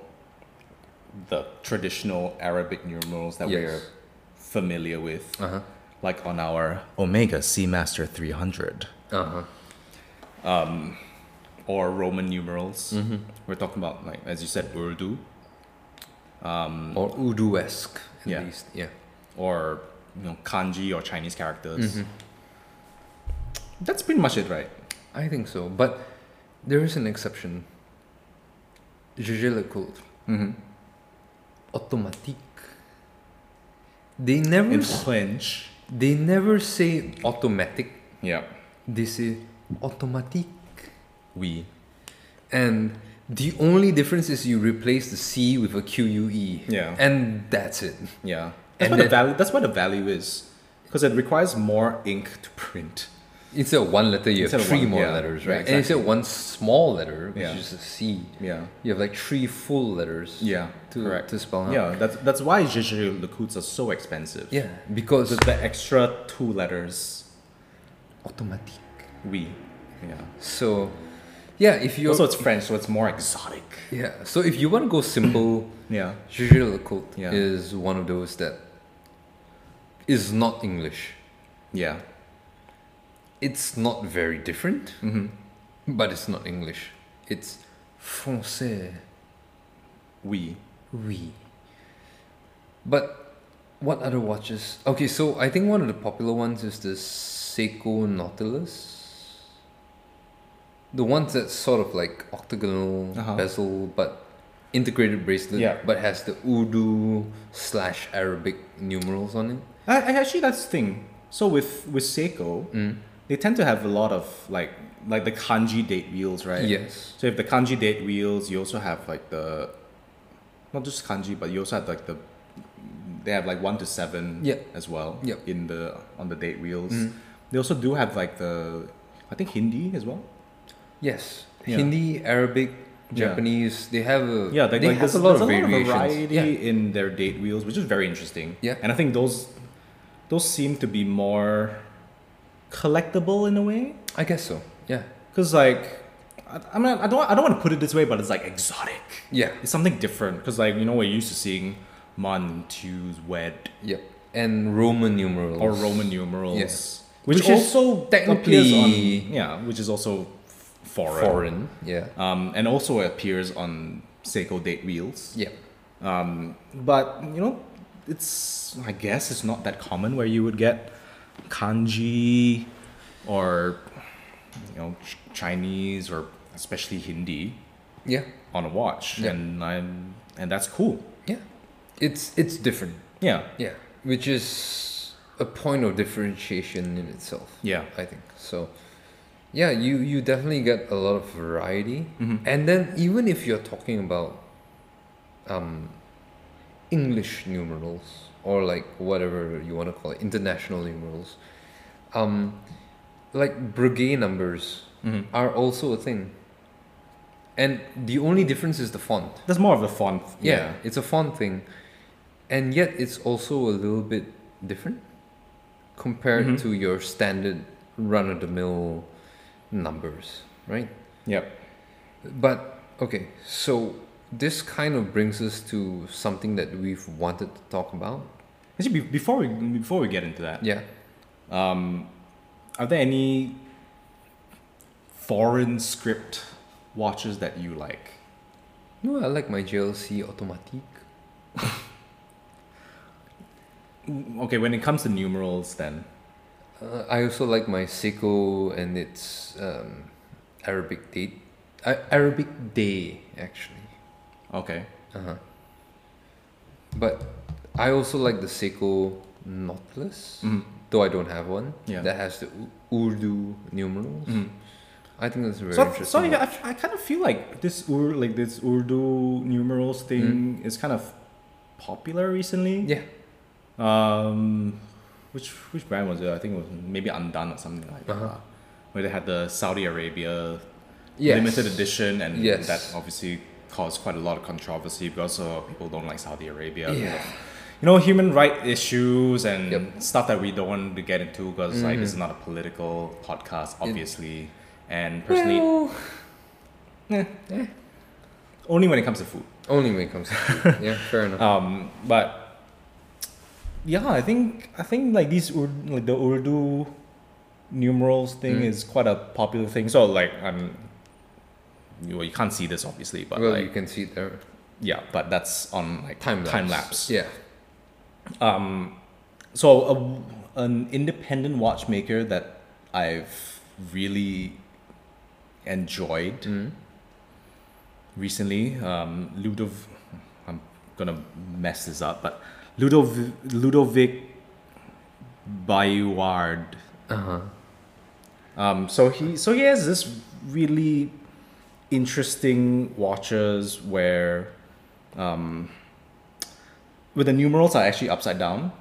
Speaker 2: the traditional Arabic numerals that we're
Speaker 3: Yes.
Speaker 2: familiar with,
Speaker 3: Uh huh.
Speaker 2: like on our Uh-huh. Omega Seamaster 300
Speaker 3: Uh huh.
Speaker 2: or Roman numerals. We're talking about like as you said Urdu
Speaker 3: Or Urdu-esque, at
Speaker 2: Yeah.
Speaker 3: least. Yeah.
Speaker 2: or you know kanji or Chinese characters. That's pretty much it, right?
Speaker 3: I think so, but there is an exception. Juger le coultre.
Speaker 2: Mm-hmm.
Speaker 3: Automatique. They never.
Speaker 2: In
Speaker 3: s-
Speaker 2: French.
Speaker 3: They never say automatic.
Speaker 2: Yeah.
Speaker 3: They say automatique.
Speaker 2: We.
Speaker 3: And the only difference is you replace the C with a QUE.
Speaker 2: Yeah.
Speaker 3: And that's it.
Speaker 2: Yeah, that's
Speaker 3: And
Speaker 2: why the
Speaker 3: then-
Speaker 2: value. That's why the value is because it requires more ink to print.
Speaker 3: Instead of one letter, you
Speaker 2: Instead
Speaker 3: have
Speaker 2: of
Speaker 3: three
Speaker 2: one-
Speaker 3: more
Speaker 2: yeah,
Speaker 3: letters,
Speaker 2: yeah,
Speaker 3: right? And instead of one small letter, which
Speaker 2: Yeah.
Speaker 3: is a C,
Speaker 2: Yeah,
Speaker 3: you have like three full letters
Speaker 2: yeah,
Speaker 3: to,
Speaker 2: correct.
Speaker 3: to spell out.
Speaker 2: yeah, that's that's why Jeju Lakuts are so expensive.
Speaker 3: Yeah, because
Speaker 2: because the extra two letters
Speaker 3: automatic.
Speaker 2: we. Yeah.
Speaker 3: So, yeah, if you
Speaker 2: Also, it's French, so it's more exotic.
Speaker 3: yeah, so if you want to go simple,
Speaker 2: Yeah.
Speaker 3: Juger le coultre
Speaker 2: Yeah.
Speaker 3: is one of those that is not English.
Speaker 2: Yeah.
Speaker 3: it's not very different,
Speaker 2: Mm-hmm.
Speaker 3: but it's not English. It's français,
Speaker 2: We.
Speaker 3: oui. But What other watches? Okay, so I think one of the popular ones is the Seiko Nautilus. The ones that's sort of like octagonal
Speaker 2: Uh-huh.
Speaker 3: bezel, but integrated bracelet,
Speaker 2: Yeah.
Speaker 3: but has the Urdu slash Arabic numerals on it.
Speaker 2: I, I- actually, that's the thing. So with with Seiko,
Speaker 3: Mm.
Speaker 2: they tend to have a lot of like like the kanji date wheels, right?
Speaker 3: Yes.
Speaker 2: So if the kanji date wheels, you also have like the not just kanji, but you also have like the they have like one to seven
Speaker 3: Yeah.
Speaker 2: as well
Speaker 3: Yeah.
Speaker 2: in the on the date wheels. They also do have like the I think Hindi as well.
Speaker 3: Yes.
Speaker 2: Yeah.
Speaker 3: Hindi, Arabic,
Speaker 2: Yeah.
Speaker 3: Japanese, they have a
Speaker 2: Yeah, like,
Speaker 3: they
Speaker 2: like
Speaker 3: have
Speaker 2: there's,
Speaker 3: a lot
Speaker 2: there's
Speaker 3: of
Speaker 2: a lot of
Speaker 3: variations.
Speaker 2: variety
Speaker 3: yeah.
Speaker 2: in their date wheels, which is very interesting.
Speaker 3: Yeah.
Speaker 2: and I think those those seem to be more collectible in a way.
Speaker 3: I guess so. Yeah.
Speaker 2: Cause like, I, I mean, I don't, I don't want to put it this way, but it's like exotic.
Speaker 3: Yeah.
Speaker 2: It's something different. Cause like you know we're used to seeing mon, twos, wed,
Speaker 3: Yep. And Roman numerals.
Speaker 2: or Roman numerals,
Speaker 3: Yes.
Speaker 2: which,
Speaker 3: Which is
Speaker 2: also appears on
Speaker 3: technically
Speaker 2: yeah, which is also f- foreign,
Speaker 3: foreign. Yeah.
Speaker 2: um, and also appears on Seiko date wheels.
Speaker 3: Yeah.
Speaker 2: Um, but you know, it's I guess it's not that common where you would get kanji or you know Ch- Chinese or especially Hindi
Speaker 3: Yeah.
Speaker 2: on a watch,
Speaker 3: Yeah.
Speaker 2: and I'm and that's cool.
Speaker 3: Yeah. It's it's different.
Speaker 2: Yeah,
Speaker 3: Yeah. Which is a point of differentiation in itself.
Speaker 2: yeah,
Speaker 3: I think. So yeah, you, you definitely get a lot of variety. And then even if you're talking about um, English numerals or like whatever you want to call it, international numerals, um, like Breguet numbers
Speaker 2: Mhm.
Speaker 3: are also a thing. And the only difference is the font.
Speaker 2: that's more of a font.
Speaker 3: Yeah, it's a fun thing, and yet it's also a little bit different compared
Speaker 2: Mhm.
Speaker 3: to your standard run of the mill numbers, right?
Speaker 2: yeah.
Speaker 3: But okay, so this kind of brings us to something that we've wanted to talk about.
Speaker 2: Actually, be- before we before we get into that,
Speaker 3: Yeah.
Speaker 2: um, are there any foreign script watches that you like?
Speaker 3: No, I like my JLC automatique.
Speaker 2: Okay, when it comes to numerals, then
Speaker 3: Uh, I also like my Seiko and its um, Arabic date, uh, Arabic day actually.
Speaker 2: okay.
Speaker 3: Uh-huh. But I also like the Seiko Nautilus,
Speaker 2: Mhm.
Speaker 3: though I don't have one.
Speaker 2: Yeah.
Speaker 3: That has the U- Urdu numerals.
Speaker 2: Mhm.
Speaker 3: I think that's a very
Speaker 2: So,
Speaker 3: interesting.
Speaker 2: so
Speaker 3: one.
Speaker 2: yeah, I, I kind of feel like this Ur, like this Urdu numerals thing is kind of popular recently.
Speaker 3: yeah.
Speaker 2: Um, which which brand was it? I think it was maybe Undone or something like
Speaker 3: Uh-huh.
Speaker 2: that. Uh, Where they had the Saudi Arabia
Speaker 3: Yes.
Speaker 2: limited edition, and
Speaker 3: Yes.
Speaker 2: that obviously caused quite a lot of controversy because uh, people don't like Saudi Arabia.
Speaker 3: Yeah.
Speaker 2: You know, human right issues and
Speaker 3: Yep. Mm.
Speaker 2: stuff that we don't want to get into because like this is not a political podcast, obviously. and personally, eh,
Speaker 3: Well,
Speaker 2: only when it comes to food.
Speaker 3: only when it comes to food. yeah, fair enough.
Speaker 2: Um, but yeah, I think I think like these Ur- like the Urdu numerals thing
Speaker 3: Mm.
Speaker 2: is quite a popular thing. So like I'm, you, well, you can't see this obviously, but
Speaker 3: well,
Speaker 2: like
Speaker 3: you can see there
Speaker 2: yeah, but that's on like
Speaker 3: time lapse.
Speaker 2: Time lapse.
Speaker 3: Yeah.
Speaker 2: Um, so a, an independent watchmaker that I've really enjoyed
Speaker 3: Mm.
Speaker 2: recently, um, Ludov. I'm gonna mess this up, but Ludov Ludovic Bayouard.
Speaker 3: Uh huh.
Speaker 2: Um, so he so he has this really interesting watches where, um, where the numerals are actually upside down,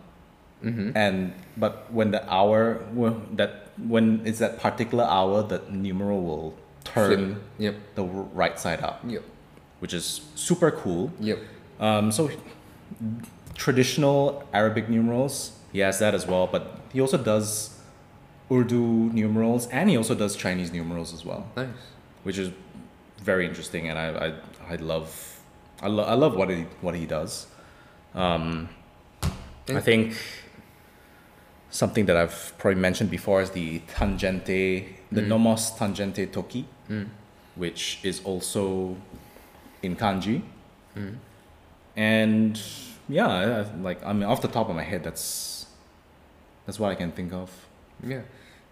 Speaker 3: Mm-hmm.
Speaker 2: and but when the hour when that when it's that particular hour, the numeral will turn
Speaker 3: Yep.
Speaker 2: the right side up,
Speaker 3: Yep.
Speaker 2: which is super cool.
Speaker 3: Yep.
Speaker 2: Um, so traditional Arabic numerals, he has that as well, but he also does Urdu numerals and he also does Chinese numerals as well,
Speaker 3: Nice.
Speaker 2: which is very interesting and I I, I love I, lo- I love what he what he does. Um, I
Speaker 3: And-
Speaker 2: think something that I've probably mentioned before is the tangente, the nomos tangente toki, which is also in kanji. And yeah, I- I- like I mean, off the top of my head, that's that's what I can think of.
Speaker 3: Yeah.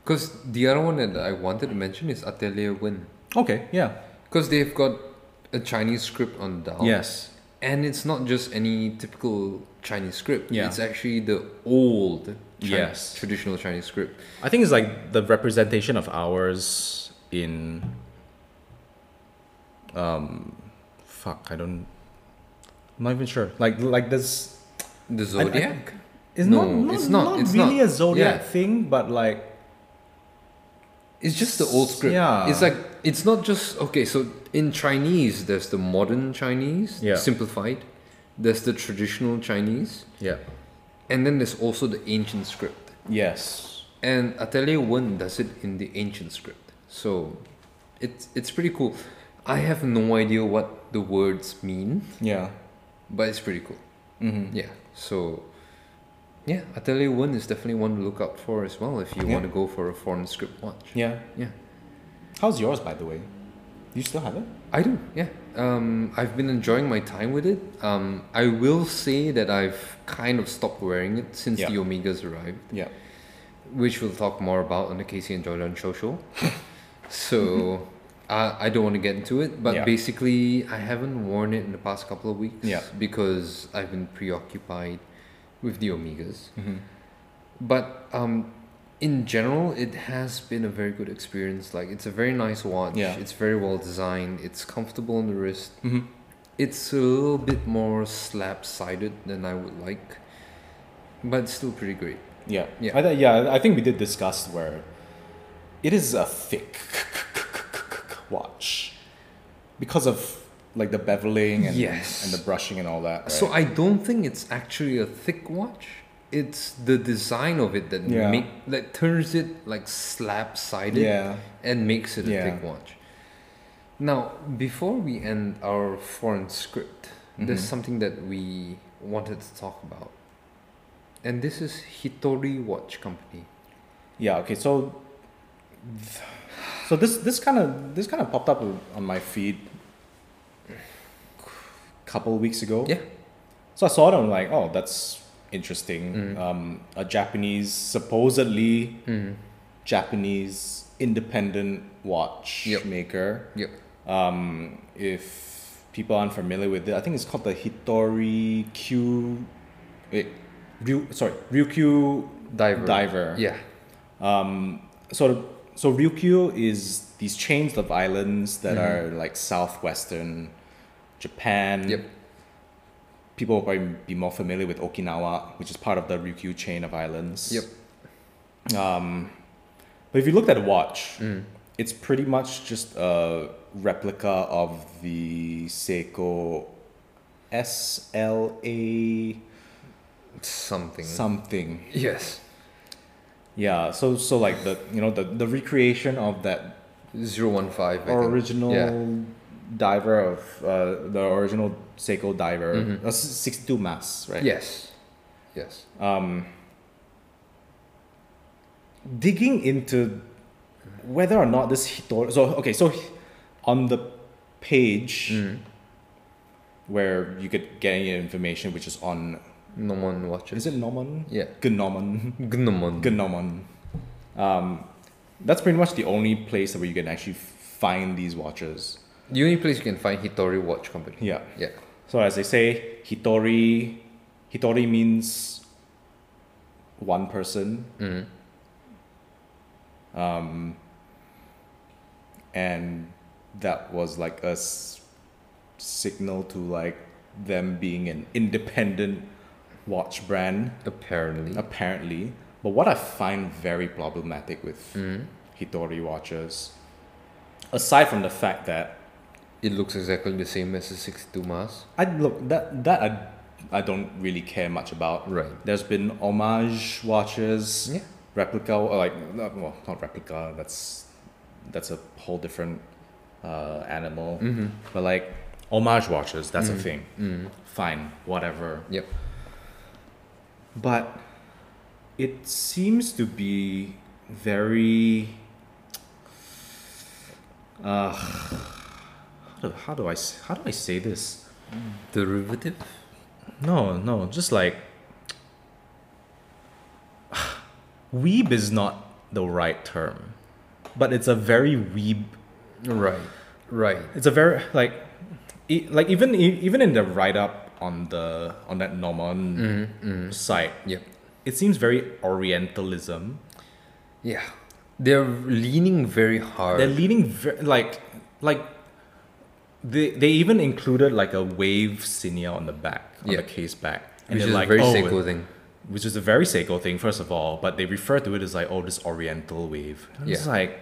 Speaker 3: Because the other one that I wanted to mention is Atelier Win.
Speaker 2: Okay, yeah,
Speaker 3: Because they've got a Chinese script on Dao.
Speaker 2: yes,
Speaker 3: And it's not just any typical Chinese script.
Speaker 2: Yeah.
Speaker 3: It's actually the old Chin-
Speaker 2: Yes.
Speaker 3: traditional Chinese script.
Speaker 2: I think it's like the representation of ours in. Um, fuck, I don't. I'm not even sure. Like, like this.
Speaker 3: The
Speaker 2: I- I-
Speaker 3: Zodiac.
Speaker 2: It's
Speaker 3: No,
Speaker 2: not, not,
Speaker 3: it's
Speaker 2: not,
Speaker 3: not, it's
Speaker 2: really
Speaker 3: not.
Speaker 2: a zodiac
Speaker 3: Yeah.
Speaker 2: thing, but like
Speaker 3: It's just the old script.
Speaker 2: Yeah.
Speaker 3: It's like it's not just okay, so in Chinese there's the modern Chinese,
Speaker 2: Yeah.
Speaker 3: simplified. There's the traditional Chinese.
Speaker 2: yeah,
Speaker 3: And then there's also the ancient script.
Speaker 2: yes,
Speaker 3: And Atelier One does it in the ancient script. So it's it's pretty cool. I have no idea what the words mean,
Speaker 2: yeah,
Speaker 3: but it's pretty cool.
Speaker 2: mm-hmm.
Speaker 3: Yeah. So yeah, Atelier One is definitely one to look out for as well if you
Speaker 2: Yeah.
Speaker 3: want to go for a foreign script watch.
Speaker 2: yeah.
Speaker 3: Yeah.
Speaker 2: How's yours, by the way? You still have it?
Speaker 3: I do, yeah. Um, I've been enjoying my time with it. Um, I will say that I've kind of stopped wearing it since
Speaker 2: Yeah.
Speaker 3: the Omegas arrived.
Speaker 2: Yeah.
Speaker 3: which we'll talk more about on the Casey and Jordan show show. so I I don't want to get into it, but
Speaker 2: Yeah.
Speaker 3: basically I haven't worn it in the past couple of weeks
Speaker 2: Yeah.
Speaker 3: because I've been preoccupied with the Omegas.
Speaker 2: Mm-hmm.
Speaker 3: But um, in general, it has been a very good experience. Like it's a very nice watch.
Speaker 2: Yeah.
Speaker 3: It's very well designed. It's comfortable on the wrist.
Speaker 2: Mm-hmm.
Speaker 3: It's a little bit more slap sided than I would like, but it's still pretty great.
Speaker 2: Yeah.
Speaker 3: Yeah.
Speaker 2: I th- yeah, I think we did discuss where it is a thick watch because of like the beveling and,
Speaker 3: Yes.
Speaker 2: and the brushing and all that. Right?
Speaker 3: So I don't think it's actually a thick watch. It's the design of it that
Speaker 2: Yeah.
Speaker 3: make that turns it like slab sided
Speaker 2: yeah,
Speaker 3: and makes it a
Speaker 2: Yeah.
Speaker 3: thick watch. Now, before we end our foreign script, there's
Speaker 2: Mm-hmm.
Speaker 3: something that we wanted to talk about. And this is Hitori Watch Company.
Speaker 2: yeah. Okay, so th- so this this kind of this kind of popped up on my feed a couple weeks ago.
Speaker 3: Yeah.
Speaker 2: So I saw it. I'm like, oh, that's interesting.
Speaker 3: Mm-hmm.
Speaker 2: Um, a Japanese, supposedly Japanese independent watch
Speaker 3: Yep.
Speaker 2: maker.
Speaker 3: Yep.
Speaker 2: Um, if people aren't familiar with it, I think it's called the Hitori Q. Wait, Ryu, sorry, Ryukyu
Speaker 3: Diver.
Speaker 2: Diver.
Speaker 3: Yeah.
Speaker 2: Um, so so Ryukyu is these chains of islands that are like southwestern Japan.
Speaker 3: Mm-hmm. Yep.
Speaker 2: People will probably be more familiar with Okinawa, which is part of the Ryukyu chain of islands.
Speaker 3: Yep.
Speaker 2: Um, but if you looked at the watch,
Speaker 3: Mm.
Speaker 2: it's pretty much just a replica of the Seiko SLA
Speaker 3: Something.
Speaker 2: something.
Speaker 3: yes.
Speaker 2: Yeah, so so like the you know the, the recreation of that
Speaker 3: 015. I think.
Speaker 2: original
Speaker 3: Yeah.
Speaker 2: diver of uh, the original Seiko diver,
Speaker 3: Mm-hmm.
Speaker 2: uh, s- 62 mass, right?
Speaker 3: Yes. Yes.
Speaker 2: um, digging into whether or not this Hitori. So okay, so h- on the page
Speaker 3: Mm.
Speaker 2: where you could get any information, which is on
Speaker 3: No one watches.
Speaker 2: is it Norman?
Speaker 3: Yeah.
Speaker 2: Gnomon.
Speaker 3: Gnomon.
Speaker 2: Gnomon. Um, that's pretty much the only place where you can actually f- find these watches.
Speaker 3: the only place you can find Hitori Watch Company.
Speaker 2: Yeah.
Speaker 3: Yeah.
Speaker 2: So as they say, Hitori, Hitori means one person.
Speaker 3: Mhm.
Speaker 2: Um, and that was like a s- signal to like them being an independent watch brand,
Speaker 3: Apparently.
Speaker 2: apparently. But what I find very problematic with Hitori watches, aside from the fact that
Speaker 3: It looks exactly the same as the 62 Mas.
Speaker 2: I look that that I, I don't really care much about.
Speaker 3: Right.
Speaker 2: There's been homage watches,
Speaker 3: Yeah.
Speaker 2: replica or like not- well not replica. That's that's a whole different uh, animal. But like homage watches, that's a thing. Fine, whatever.
Speaker 3: Yep.
Speaker 2: But it seems to be very. Uh, how do how do I s- how do I say this?
Speaker 3: Derivative?
Speaker 2: No, no, just like weeb is not the right term, but it's a very weeb.
Speaker 3: Right. Right.
Speaker 2: It's a very like, e- like even e- even in the write up on the on that Norman
Speaker 3: Mm-hmm,
Speaker 2: site,
Speaker 3: Yep.
Speaker 2: it seems very Orientalism.
Speaker 3: Yeah. They're leaning very hard.
Speaker 2: They're leaning ver- like like they they even included like a wave senior on the back on
Speaker 3: Yeah.
Speaker 2: the case back,
Speaker 3: which
Speaker 2: they're
Speaker 3: is a very
Speaker 2: "Oh,
Speaker 3: Seiko thing.
Speaker 2: which is a very Seiko thing, first of all, but they refer to it as like, oh, this Oriental wave. And I'm just
Speaker 3: Yeah.
Speaker 2: like,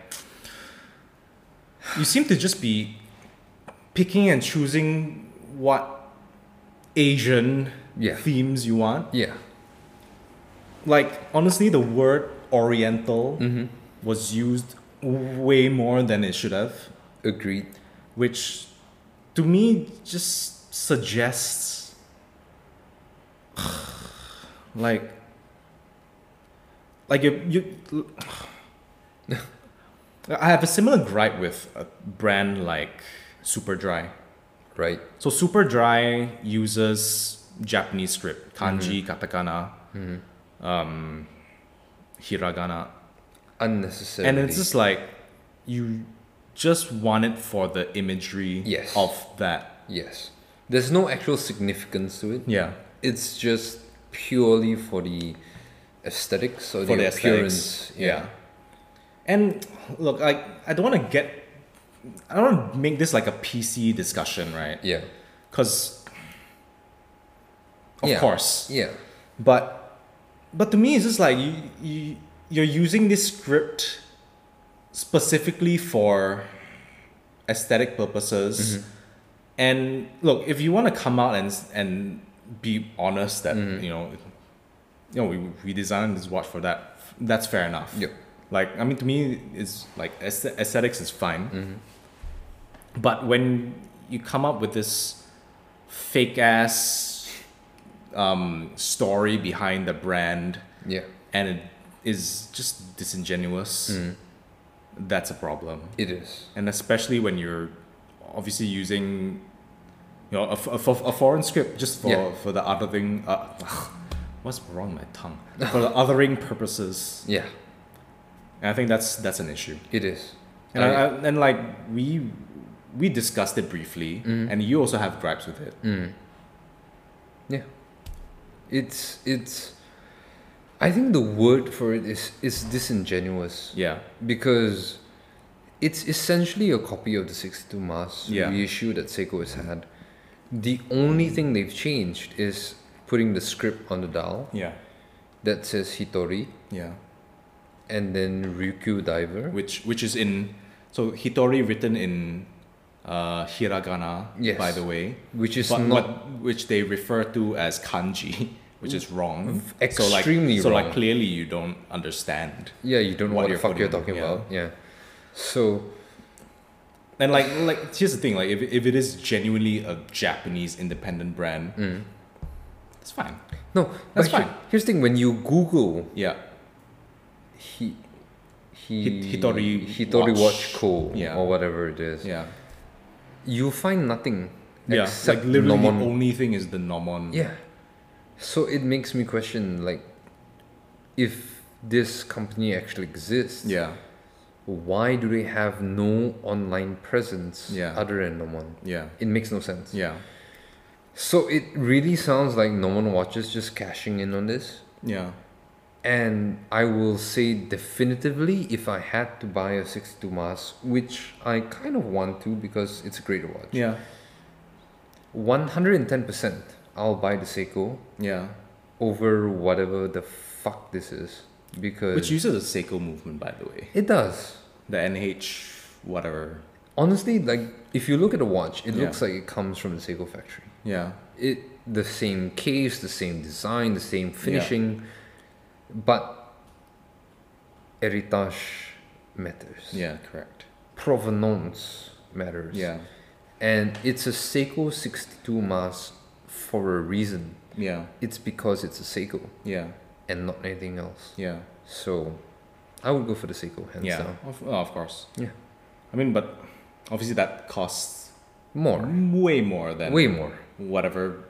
Speaker 2: you seem to just be picking and choosing what Asian
Speaker 3: Yeah.
Speaker 2: themes you want.
Speaker 3: Yeah.
Speaker 2: Like, honestly, the word Oriental
Speaker 3: Mm-hmm.
Speaker 2: was used way more than it should have,
Speaker 3: Agreed.
Speaker 2: which to me just suggests like like you, you I have a similar gripe with a brand like Superdry.
Speaker 3: Right.
Speaker 2: So Superdry uses Japanese script, kanji, katakana, um, hiragana,
Speaker 3: Unnecessary.
Speaker 2: and it's just like you just want it for the imagery
Speaker 3: Yes.
Speaker 2: of that.
Speaker 3: yes. There's no actual significance to it.
Speaker 2: Yeah.
Speaker 3: It's just purely for the aesthetics or
Speaker 2: for
Speaker 3: the
Speaker 2: the
Speaker 3: appearance.
Speaker 2: appearance. And look, like I don't want to get, I don't want to make this like a PC discussion, right?
Speaker 3: Yeah.
Speaker 2: Because of
Speaker 3: Yeah.
Speaker 2: course,
Speaker 3: Yeah.
Speaker 2: but but to me, it's just like you, you you're using this script specifically for aesthetic purposes. And look, if you want to come out and s- and be honest that you know, you know, we we designed this watch for that. That's fair enough.
Speaker 3: Yep.
Speaker 2: Like I mean, to me, it's like aesthe- aesthetics is fine. But when you come up with this fake ass um, story behind the brand
Speaker 3: Yeah.
Speaker 2: and it is just disingenuous,
Speaker 3: Mm.
Speaker 2: that's a problem.
Speaker 3: It is.
Speaker 2: And especially when you're obviously using, you know, a, f- a f- a foreign script just for,
Speaker 3: Yeah.
Speaker 2: for the othering. Uh, what's wrong with my tongue? For the othering purposes,
Speaker 3: Yeah.
Speaker 2: and I think that's that's an issue.
Speaker 3: It is.
Speaker 2: And,
Speaker 3: I-
Speaker 2: I, I, and like we we discussed it briefly,
Speaker 3: Mm.
Speaker 2: and you also have gripes with it.
Speaker 3: Yeah. It's it's I think the word for it is is disingenuous
Speaker 2: Yeah,
Speaker 3: because it's essentially a copy of the 62 Mass
Speaker 2: Yeah.
Speaker 3: reissue that Seiko has had. The only thing they've changed is putting the script on the dial
Speaker 2: yeah,
Speaker 3: that says Hitori
Speaker 2: yeah.
Speaker 3: and then Ryukyu Diver.
Speaker 2: Which which is in so Hitori written in uh, hiragana,
Speaker 3: Yes.
Speaker 2: by the way,
Speaker 3: Which is
Speaker 2: but,
Speaker 3: not
Speaker 2: but which they refer to as kanji, which is wrong.
Speaker 3: Extremely
Speaker 2: so like, So
Speaker 3: wrong.
Speaker 2: like clearly you don't understand.
Speaker 3: yeah, you don't know what
Speaker 2: what
Speaker 3: the
Speaker 2: you're
Speaker 3: fuck you're talking
Speaker 2: putting, yeah.
Speaker 3: about. Yeah. So
Speaker 2: And like like here's the thing like if if it is genuinely a Japanese independent brand,
Speaker 3: Mm.
Speaker 2: it's fine.
Speaker 3: no,
Speaker 2: That's
Speaker 3: but he-
Speaker 2: fine.
Speaker 3: here's the thing when you Google
Speaker 2: Yeah.
Speaker 3: he, he
Speaker 2: Hit- Hitori
Speaker 3: Hitori Watch,
Speaker 2: Watch.
Speaker 3: Co.
Speaker 2: Yeah.
Speaker 3: or whatever it is.
Speaker 2: Yeah.
Speaker 3: You find nothing.
Speaker 2: Yeah.
Speaker 3: Except
Speaker 2: like literally
Speaker 3: Nomon.
Speaker 2: the only thing is the nomon.
Speaker 3: Yeah. So it makes me question like if this company actually exists,
Speaker 2: Yeah.
Speaker 3: why do they have no online presence
Speaker 2: Yeah.
Speaker 3: other than Nomon?
Speaker 2: Yeah.
Speaker 3: It makes no sense.
Speaker 2: Yeah.
Speaker 3: So it really sounds like Nomon Watch is just cashing in on this.
Speaker 2: Yeah.
Speaker 3: And I will say definitively if I had to buy a 62 Mas, which I kind of want to because it's a great watch.
Speaker 2: Yeah.
Speaker 3: 110% I'll buy the Seiko
Speaker 2: Yeah.
Speaker 3: over whatever the fuck this is because
Speaker 2: Which uses the Seiko movement by the way.
Speaker 3: it does.
Speaker 2: The NH whatever.
Speaker 3: Honestly, like if you look at the watch, it
Speaker 2: Yeah.
Speaker 3: looks like it comes from the Seiko factory.
Speaker 2: Yeah.
Speaker 3: It the same case, the same design, the same finishing, but heritage matters.
Speaker 2: Yeah, correct.
Speaker 3: provenance matters.
Speaker 2: Yeah.
Speaker 3: And it's a Seiko 62 mass for a reason.
Speaker 2: Yeah.
Speaker 3: It's because it's a Seiko
Speaker 2: Yeah.
Speaker 3: and not anything else.
Speaker 2: Yeah.
Speaker 3: So I would go for the Seiko hands
Speaker 2: yeah.
Speaker 3: down.
Speaker 2: Of, oh, of course.
Speaker 3: Yeah.
Speaker 2: I mean, but obviously that costs
Speaker 3: More.
Speaker 2: way more than
Speaker 3: Way more.
Speaker 2: whatever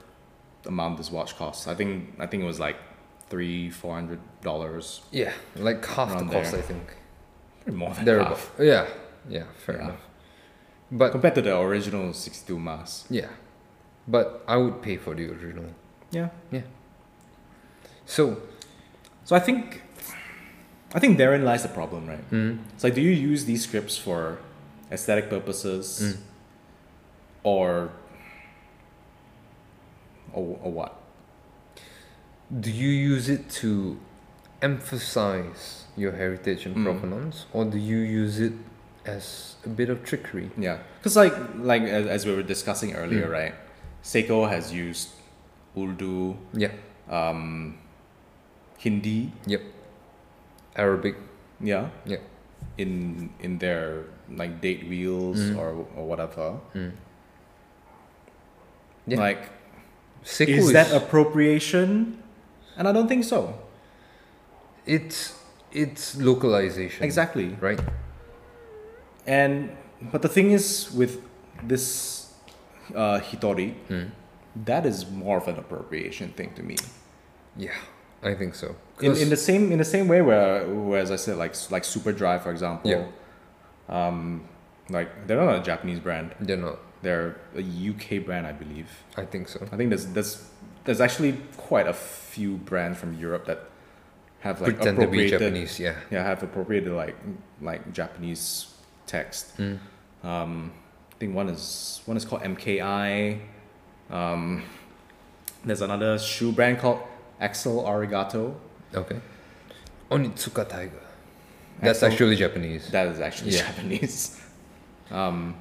Speaker 2: amount this watch costs. I think I think it was like three four hundred dollars,
Speaker 3: Yeah, like half
Speaker 2: Around
Speaker 3: the cost,
Speaker 2: there.
Speaker 3: I think.
Speaker 2: more than
Speaker 3: There
Speaker 2: half.
Speaker 3: about. Yeah, yeah, fair
Speaker 2: Yeah.
Speaker 3: enough. But
Speaker 2: compared to the original sixty two mask.
Speaker 3: yeah, but I would pay for the original.
Speaker 2: Yeah.
Speaker 3: Yeah. So
Speaker 2: So I think I think therein lies the problem, right? It's like do you use these scripts for aesthetic purposes or or, or what?
Speaker 3: Do you use it to emphasize your heritage and
Speaker 2: Mm.
Speaker 3: provenance, or do you use it as a bit of trickery?
Speaker 2: Yeah, because like like as, as we were discussing earlier, right? Seiko has used Urdu,
Speaker 3: Yeah.
Speaker 2: um, Hindi,
Speaker 3: Yep. Arabic.
Speaker 2: yeah,
Speaker 3: Yeah.
Speaker 2: in in their like date wheels or or whatever.
Speaker 3: Yeah.
Speaker 2: Like,
Speaker 3: Seiko
Speaker 2: is that appropriation? And I don't think so.
Speaker 3: it's it's localization.
Speaker 2: Exactly.
Speaker 3: Right.
Speaker 2: And but the thing is with this uh, Hitori, that is more of an appropriation thing to me.
Speaker 3: Yeah, I think so.
Speaker 2: in,
Speaker 3: 'Cause-
Speaker 2: in the same in the same way where, where as I said like like Superdry for example,
Speaker 3: Yeah.
Speaker 2: um, like they're not a Japanese brand,
Speaker 3: they're not.
Speaker 2: they're a UK brand I believe.
Speaker 3: I think so.
Speaker 2: I think there's there's there's actually quite a few brands from Europe that have like
Speaker 3: Pretend to be
Speaker 2: appropriated
Speaker 3: Japanese. Yeah.
Speaker 2: yeah have appropriated like like Japanese text.
Speaker 3: Hmm.
Speaker 2: Um, I think one is one is called MKI. Um, there's another shoe brand called Axel Arigato.
Speaker 3: Okay. Onitsuka Tiger. That's
Speaker 2: Axel-
Speaker 3: actually Japanese.
Speaker 2: That is actually
Speaker 3: Yeah.
Speaker 2: Japanese. Um,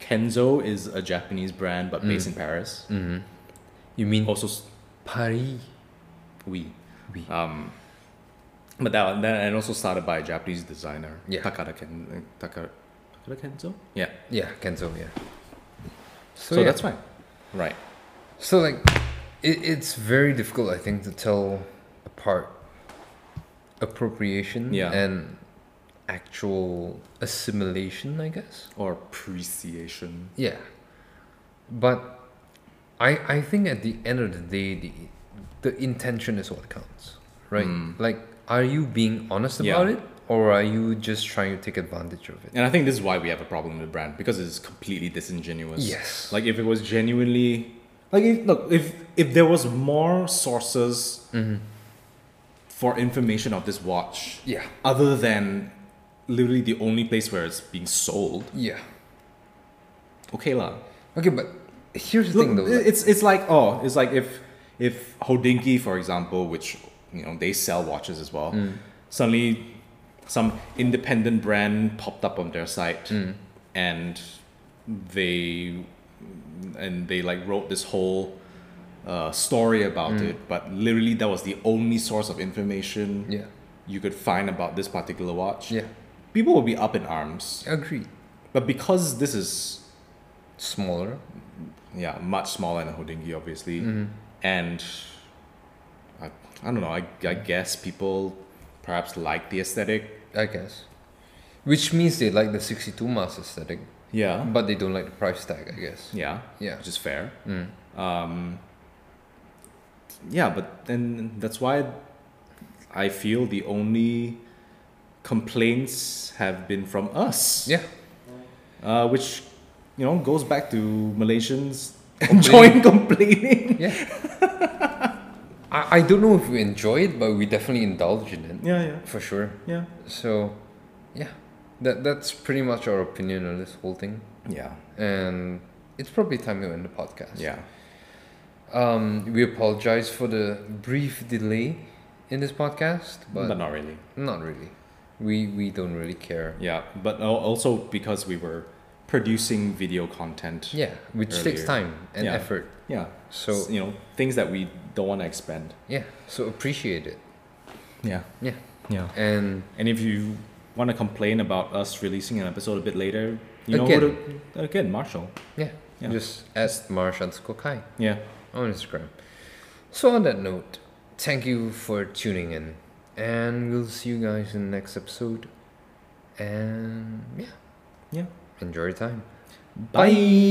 Speaker 2: Kenzo is a Japanese brand but based in Paris.
Speaker 3: you mean
Speaker 2: Also, s-
Speaker 3: Paris?
Speaker 2: we.
Speaker 3: Oui.
Speaker 2: Um, but that one- then and also started by a Japanese designer,
Speaker 3: Yeah.
Speaker 2: Takada, Ken, Takada, Takada Kenzo. Yeah.
Speaker 3: Yeah, Kenzo. Yeah.
Speaker 2: So,
Speaker 3: yeah.
Speaker 2: that's fine. Right.
Speaker 3: So like, it, it's very difficult, I think, to tell apart appropriation
Speaker 2: Yeah.
Speaker 3: and actual assimilation, I guess.
Speaker 2: Or appreciation.
Speaker 3: Yeah, but I I think at the end of the day, the the intention is what counts, right? Like, are you being honest
Speaker 2: Hmm. Yeah.
Speaker 3: about it, or are you just trying to take advantage of it?
Speaker 2: And I think this is why we have a problem with brand because it's completely disingenuous.
Speaker 3: Yes.
Speaker 2: Like if it was genuinely, like if, look, if if there was more sources for information of this watch,
Speaker 3: Yeah.
Speaker 2: other than literally the only place where it's being sold,
Speaker 3: Yeah.
Speaker 2: okay lah.
Speaker 3: Okay, but here's the
Speaker 2: Look,
Speaker 3: thing, though. like-
Speaker 2: it's it's like oh, it's like if if Hodinki, for example, which you know they sell watches as well,
Speaker 3: Mm.
Speaker 2: suddenly some independent brand popped up on their site,
Speaker 3: Mm.
Speaker 2: and they and they like wrote this whole uh, story about
Speaker 3: Mm.
Speaker 2: it, but literally that was the only source of information
Speaker 3: yeah.
Speaker 2: you could find about this particular watch.
Speaker 3: Yeah.
Speaker 2: People will be up in arms,
Speaker 3: Agreed.
Speaker 2: but because this is
Speaker 3: Smaller.
Speaker 2: yeah, much smaller than a Hodingi, obviously. And I, I don't know, I, I guess people perhaps like the aesthetic.
Speaker 3: I guess. Which means they like the 62 mass aesthetic,
Speaker 2: Yeah.
Speaker 3: but they don't like the price tag, I guess.
Speaker 2: Yeah.
Speaker 3: Yeah. mm,
Speaker 2: Which is fair. Um, yeah, but then that's why I feel the only complaints have been from us.
Speaker 3: Yeah.
Speaker 2: Uh, which, you know, goes back to Malaysians enjoying complaining.
Speaker 3: Yeah. I, I don't know if we enjoy it, but we definitely indulge in it.
Speaker 2: Yeah, yeah,
Speaker 3: For sure.
Speaker 2: yeah.
Speaker 3: So, yeah. That, that's pretty much our opinion on this whole thing.
Speaker 2: Yeah,
Speaker 3: And it's probably time to end the podcast.
Speaker 2: yeah.
Speaker 3: Um, we apologize for the brief delay in this podcast, but,
Speaker 2: but not really.
Speaker 3: not really. We, we don't really care.
Speaker 2: Yeah, but al- also because we were producing video content.
Speaker 3: Yeah, which takes
Speaker 2: Earlier.
Speaker 3: time and
Speaker 2: Yeah.
Speaker 3: effort.
Speaker 2: Yeah.
Speaker 3: So-
Speaker 2: S- you know, things that we don't want to expend.
Speaker 3: Yeah, so appreciate it.
Speaker 2: Yeah.
Speaker 3: Yeah.
Speaker 2: Yeah.
Speaker 3: And
Speaker 2: And if you want to complain about us releasing an episode a bit later, you know,
Speaker 3: Again.
Speaker 2: again, again Marshall.
Speaker 3: yeah,
Speaker 2: Yeah.
Speaker 3: just at Marsh underscore Kai
Speaker 2: Yeah.
Speaker 3: on Instagram. So on that note, thank you for tuning in. And we'll see you guys in the next episode. And yeah,
Speaker 2: Yeah.
Speaker 3: enjoy your time.
Speaker 2: Bye.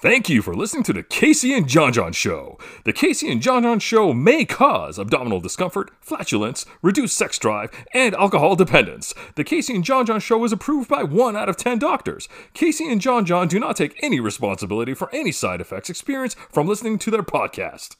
Speaker 1: Thank you for listening to the Casey and John John Show. The Casey and John John Show may cause abdominal discomfort, flatulence, reduced sex drive, and alcohol dependence. The Casey and John John Show is approved by 1 out of 10 doctors. Casey and John John do not take any responsibility for any side effects experienced from listening to their podcast.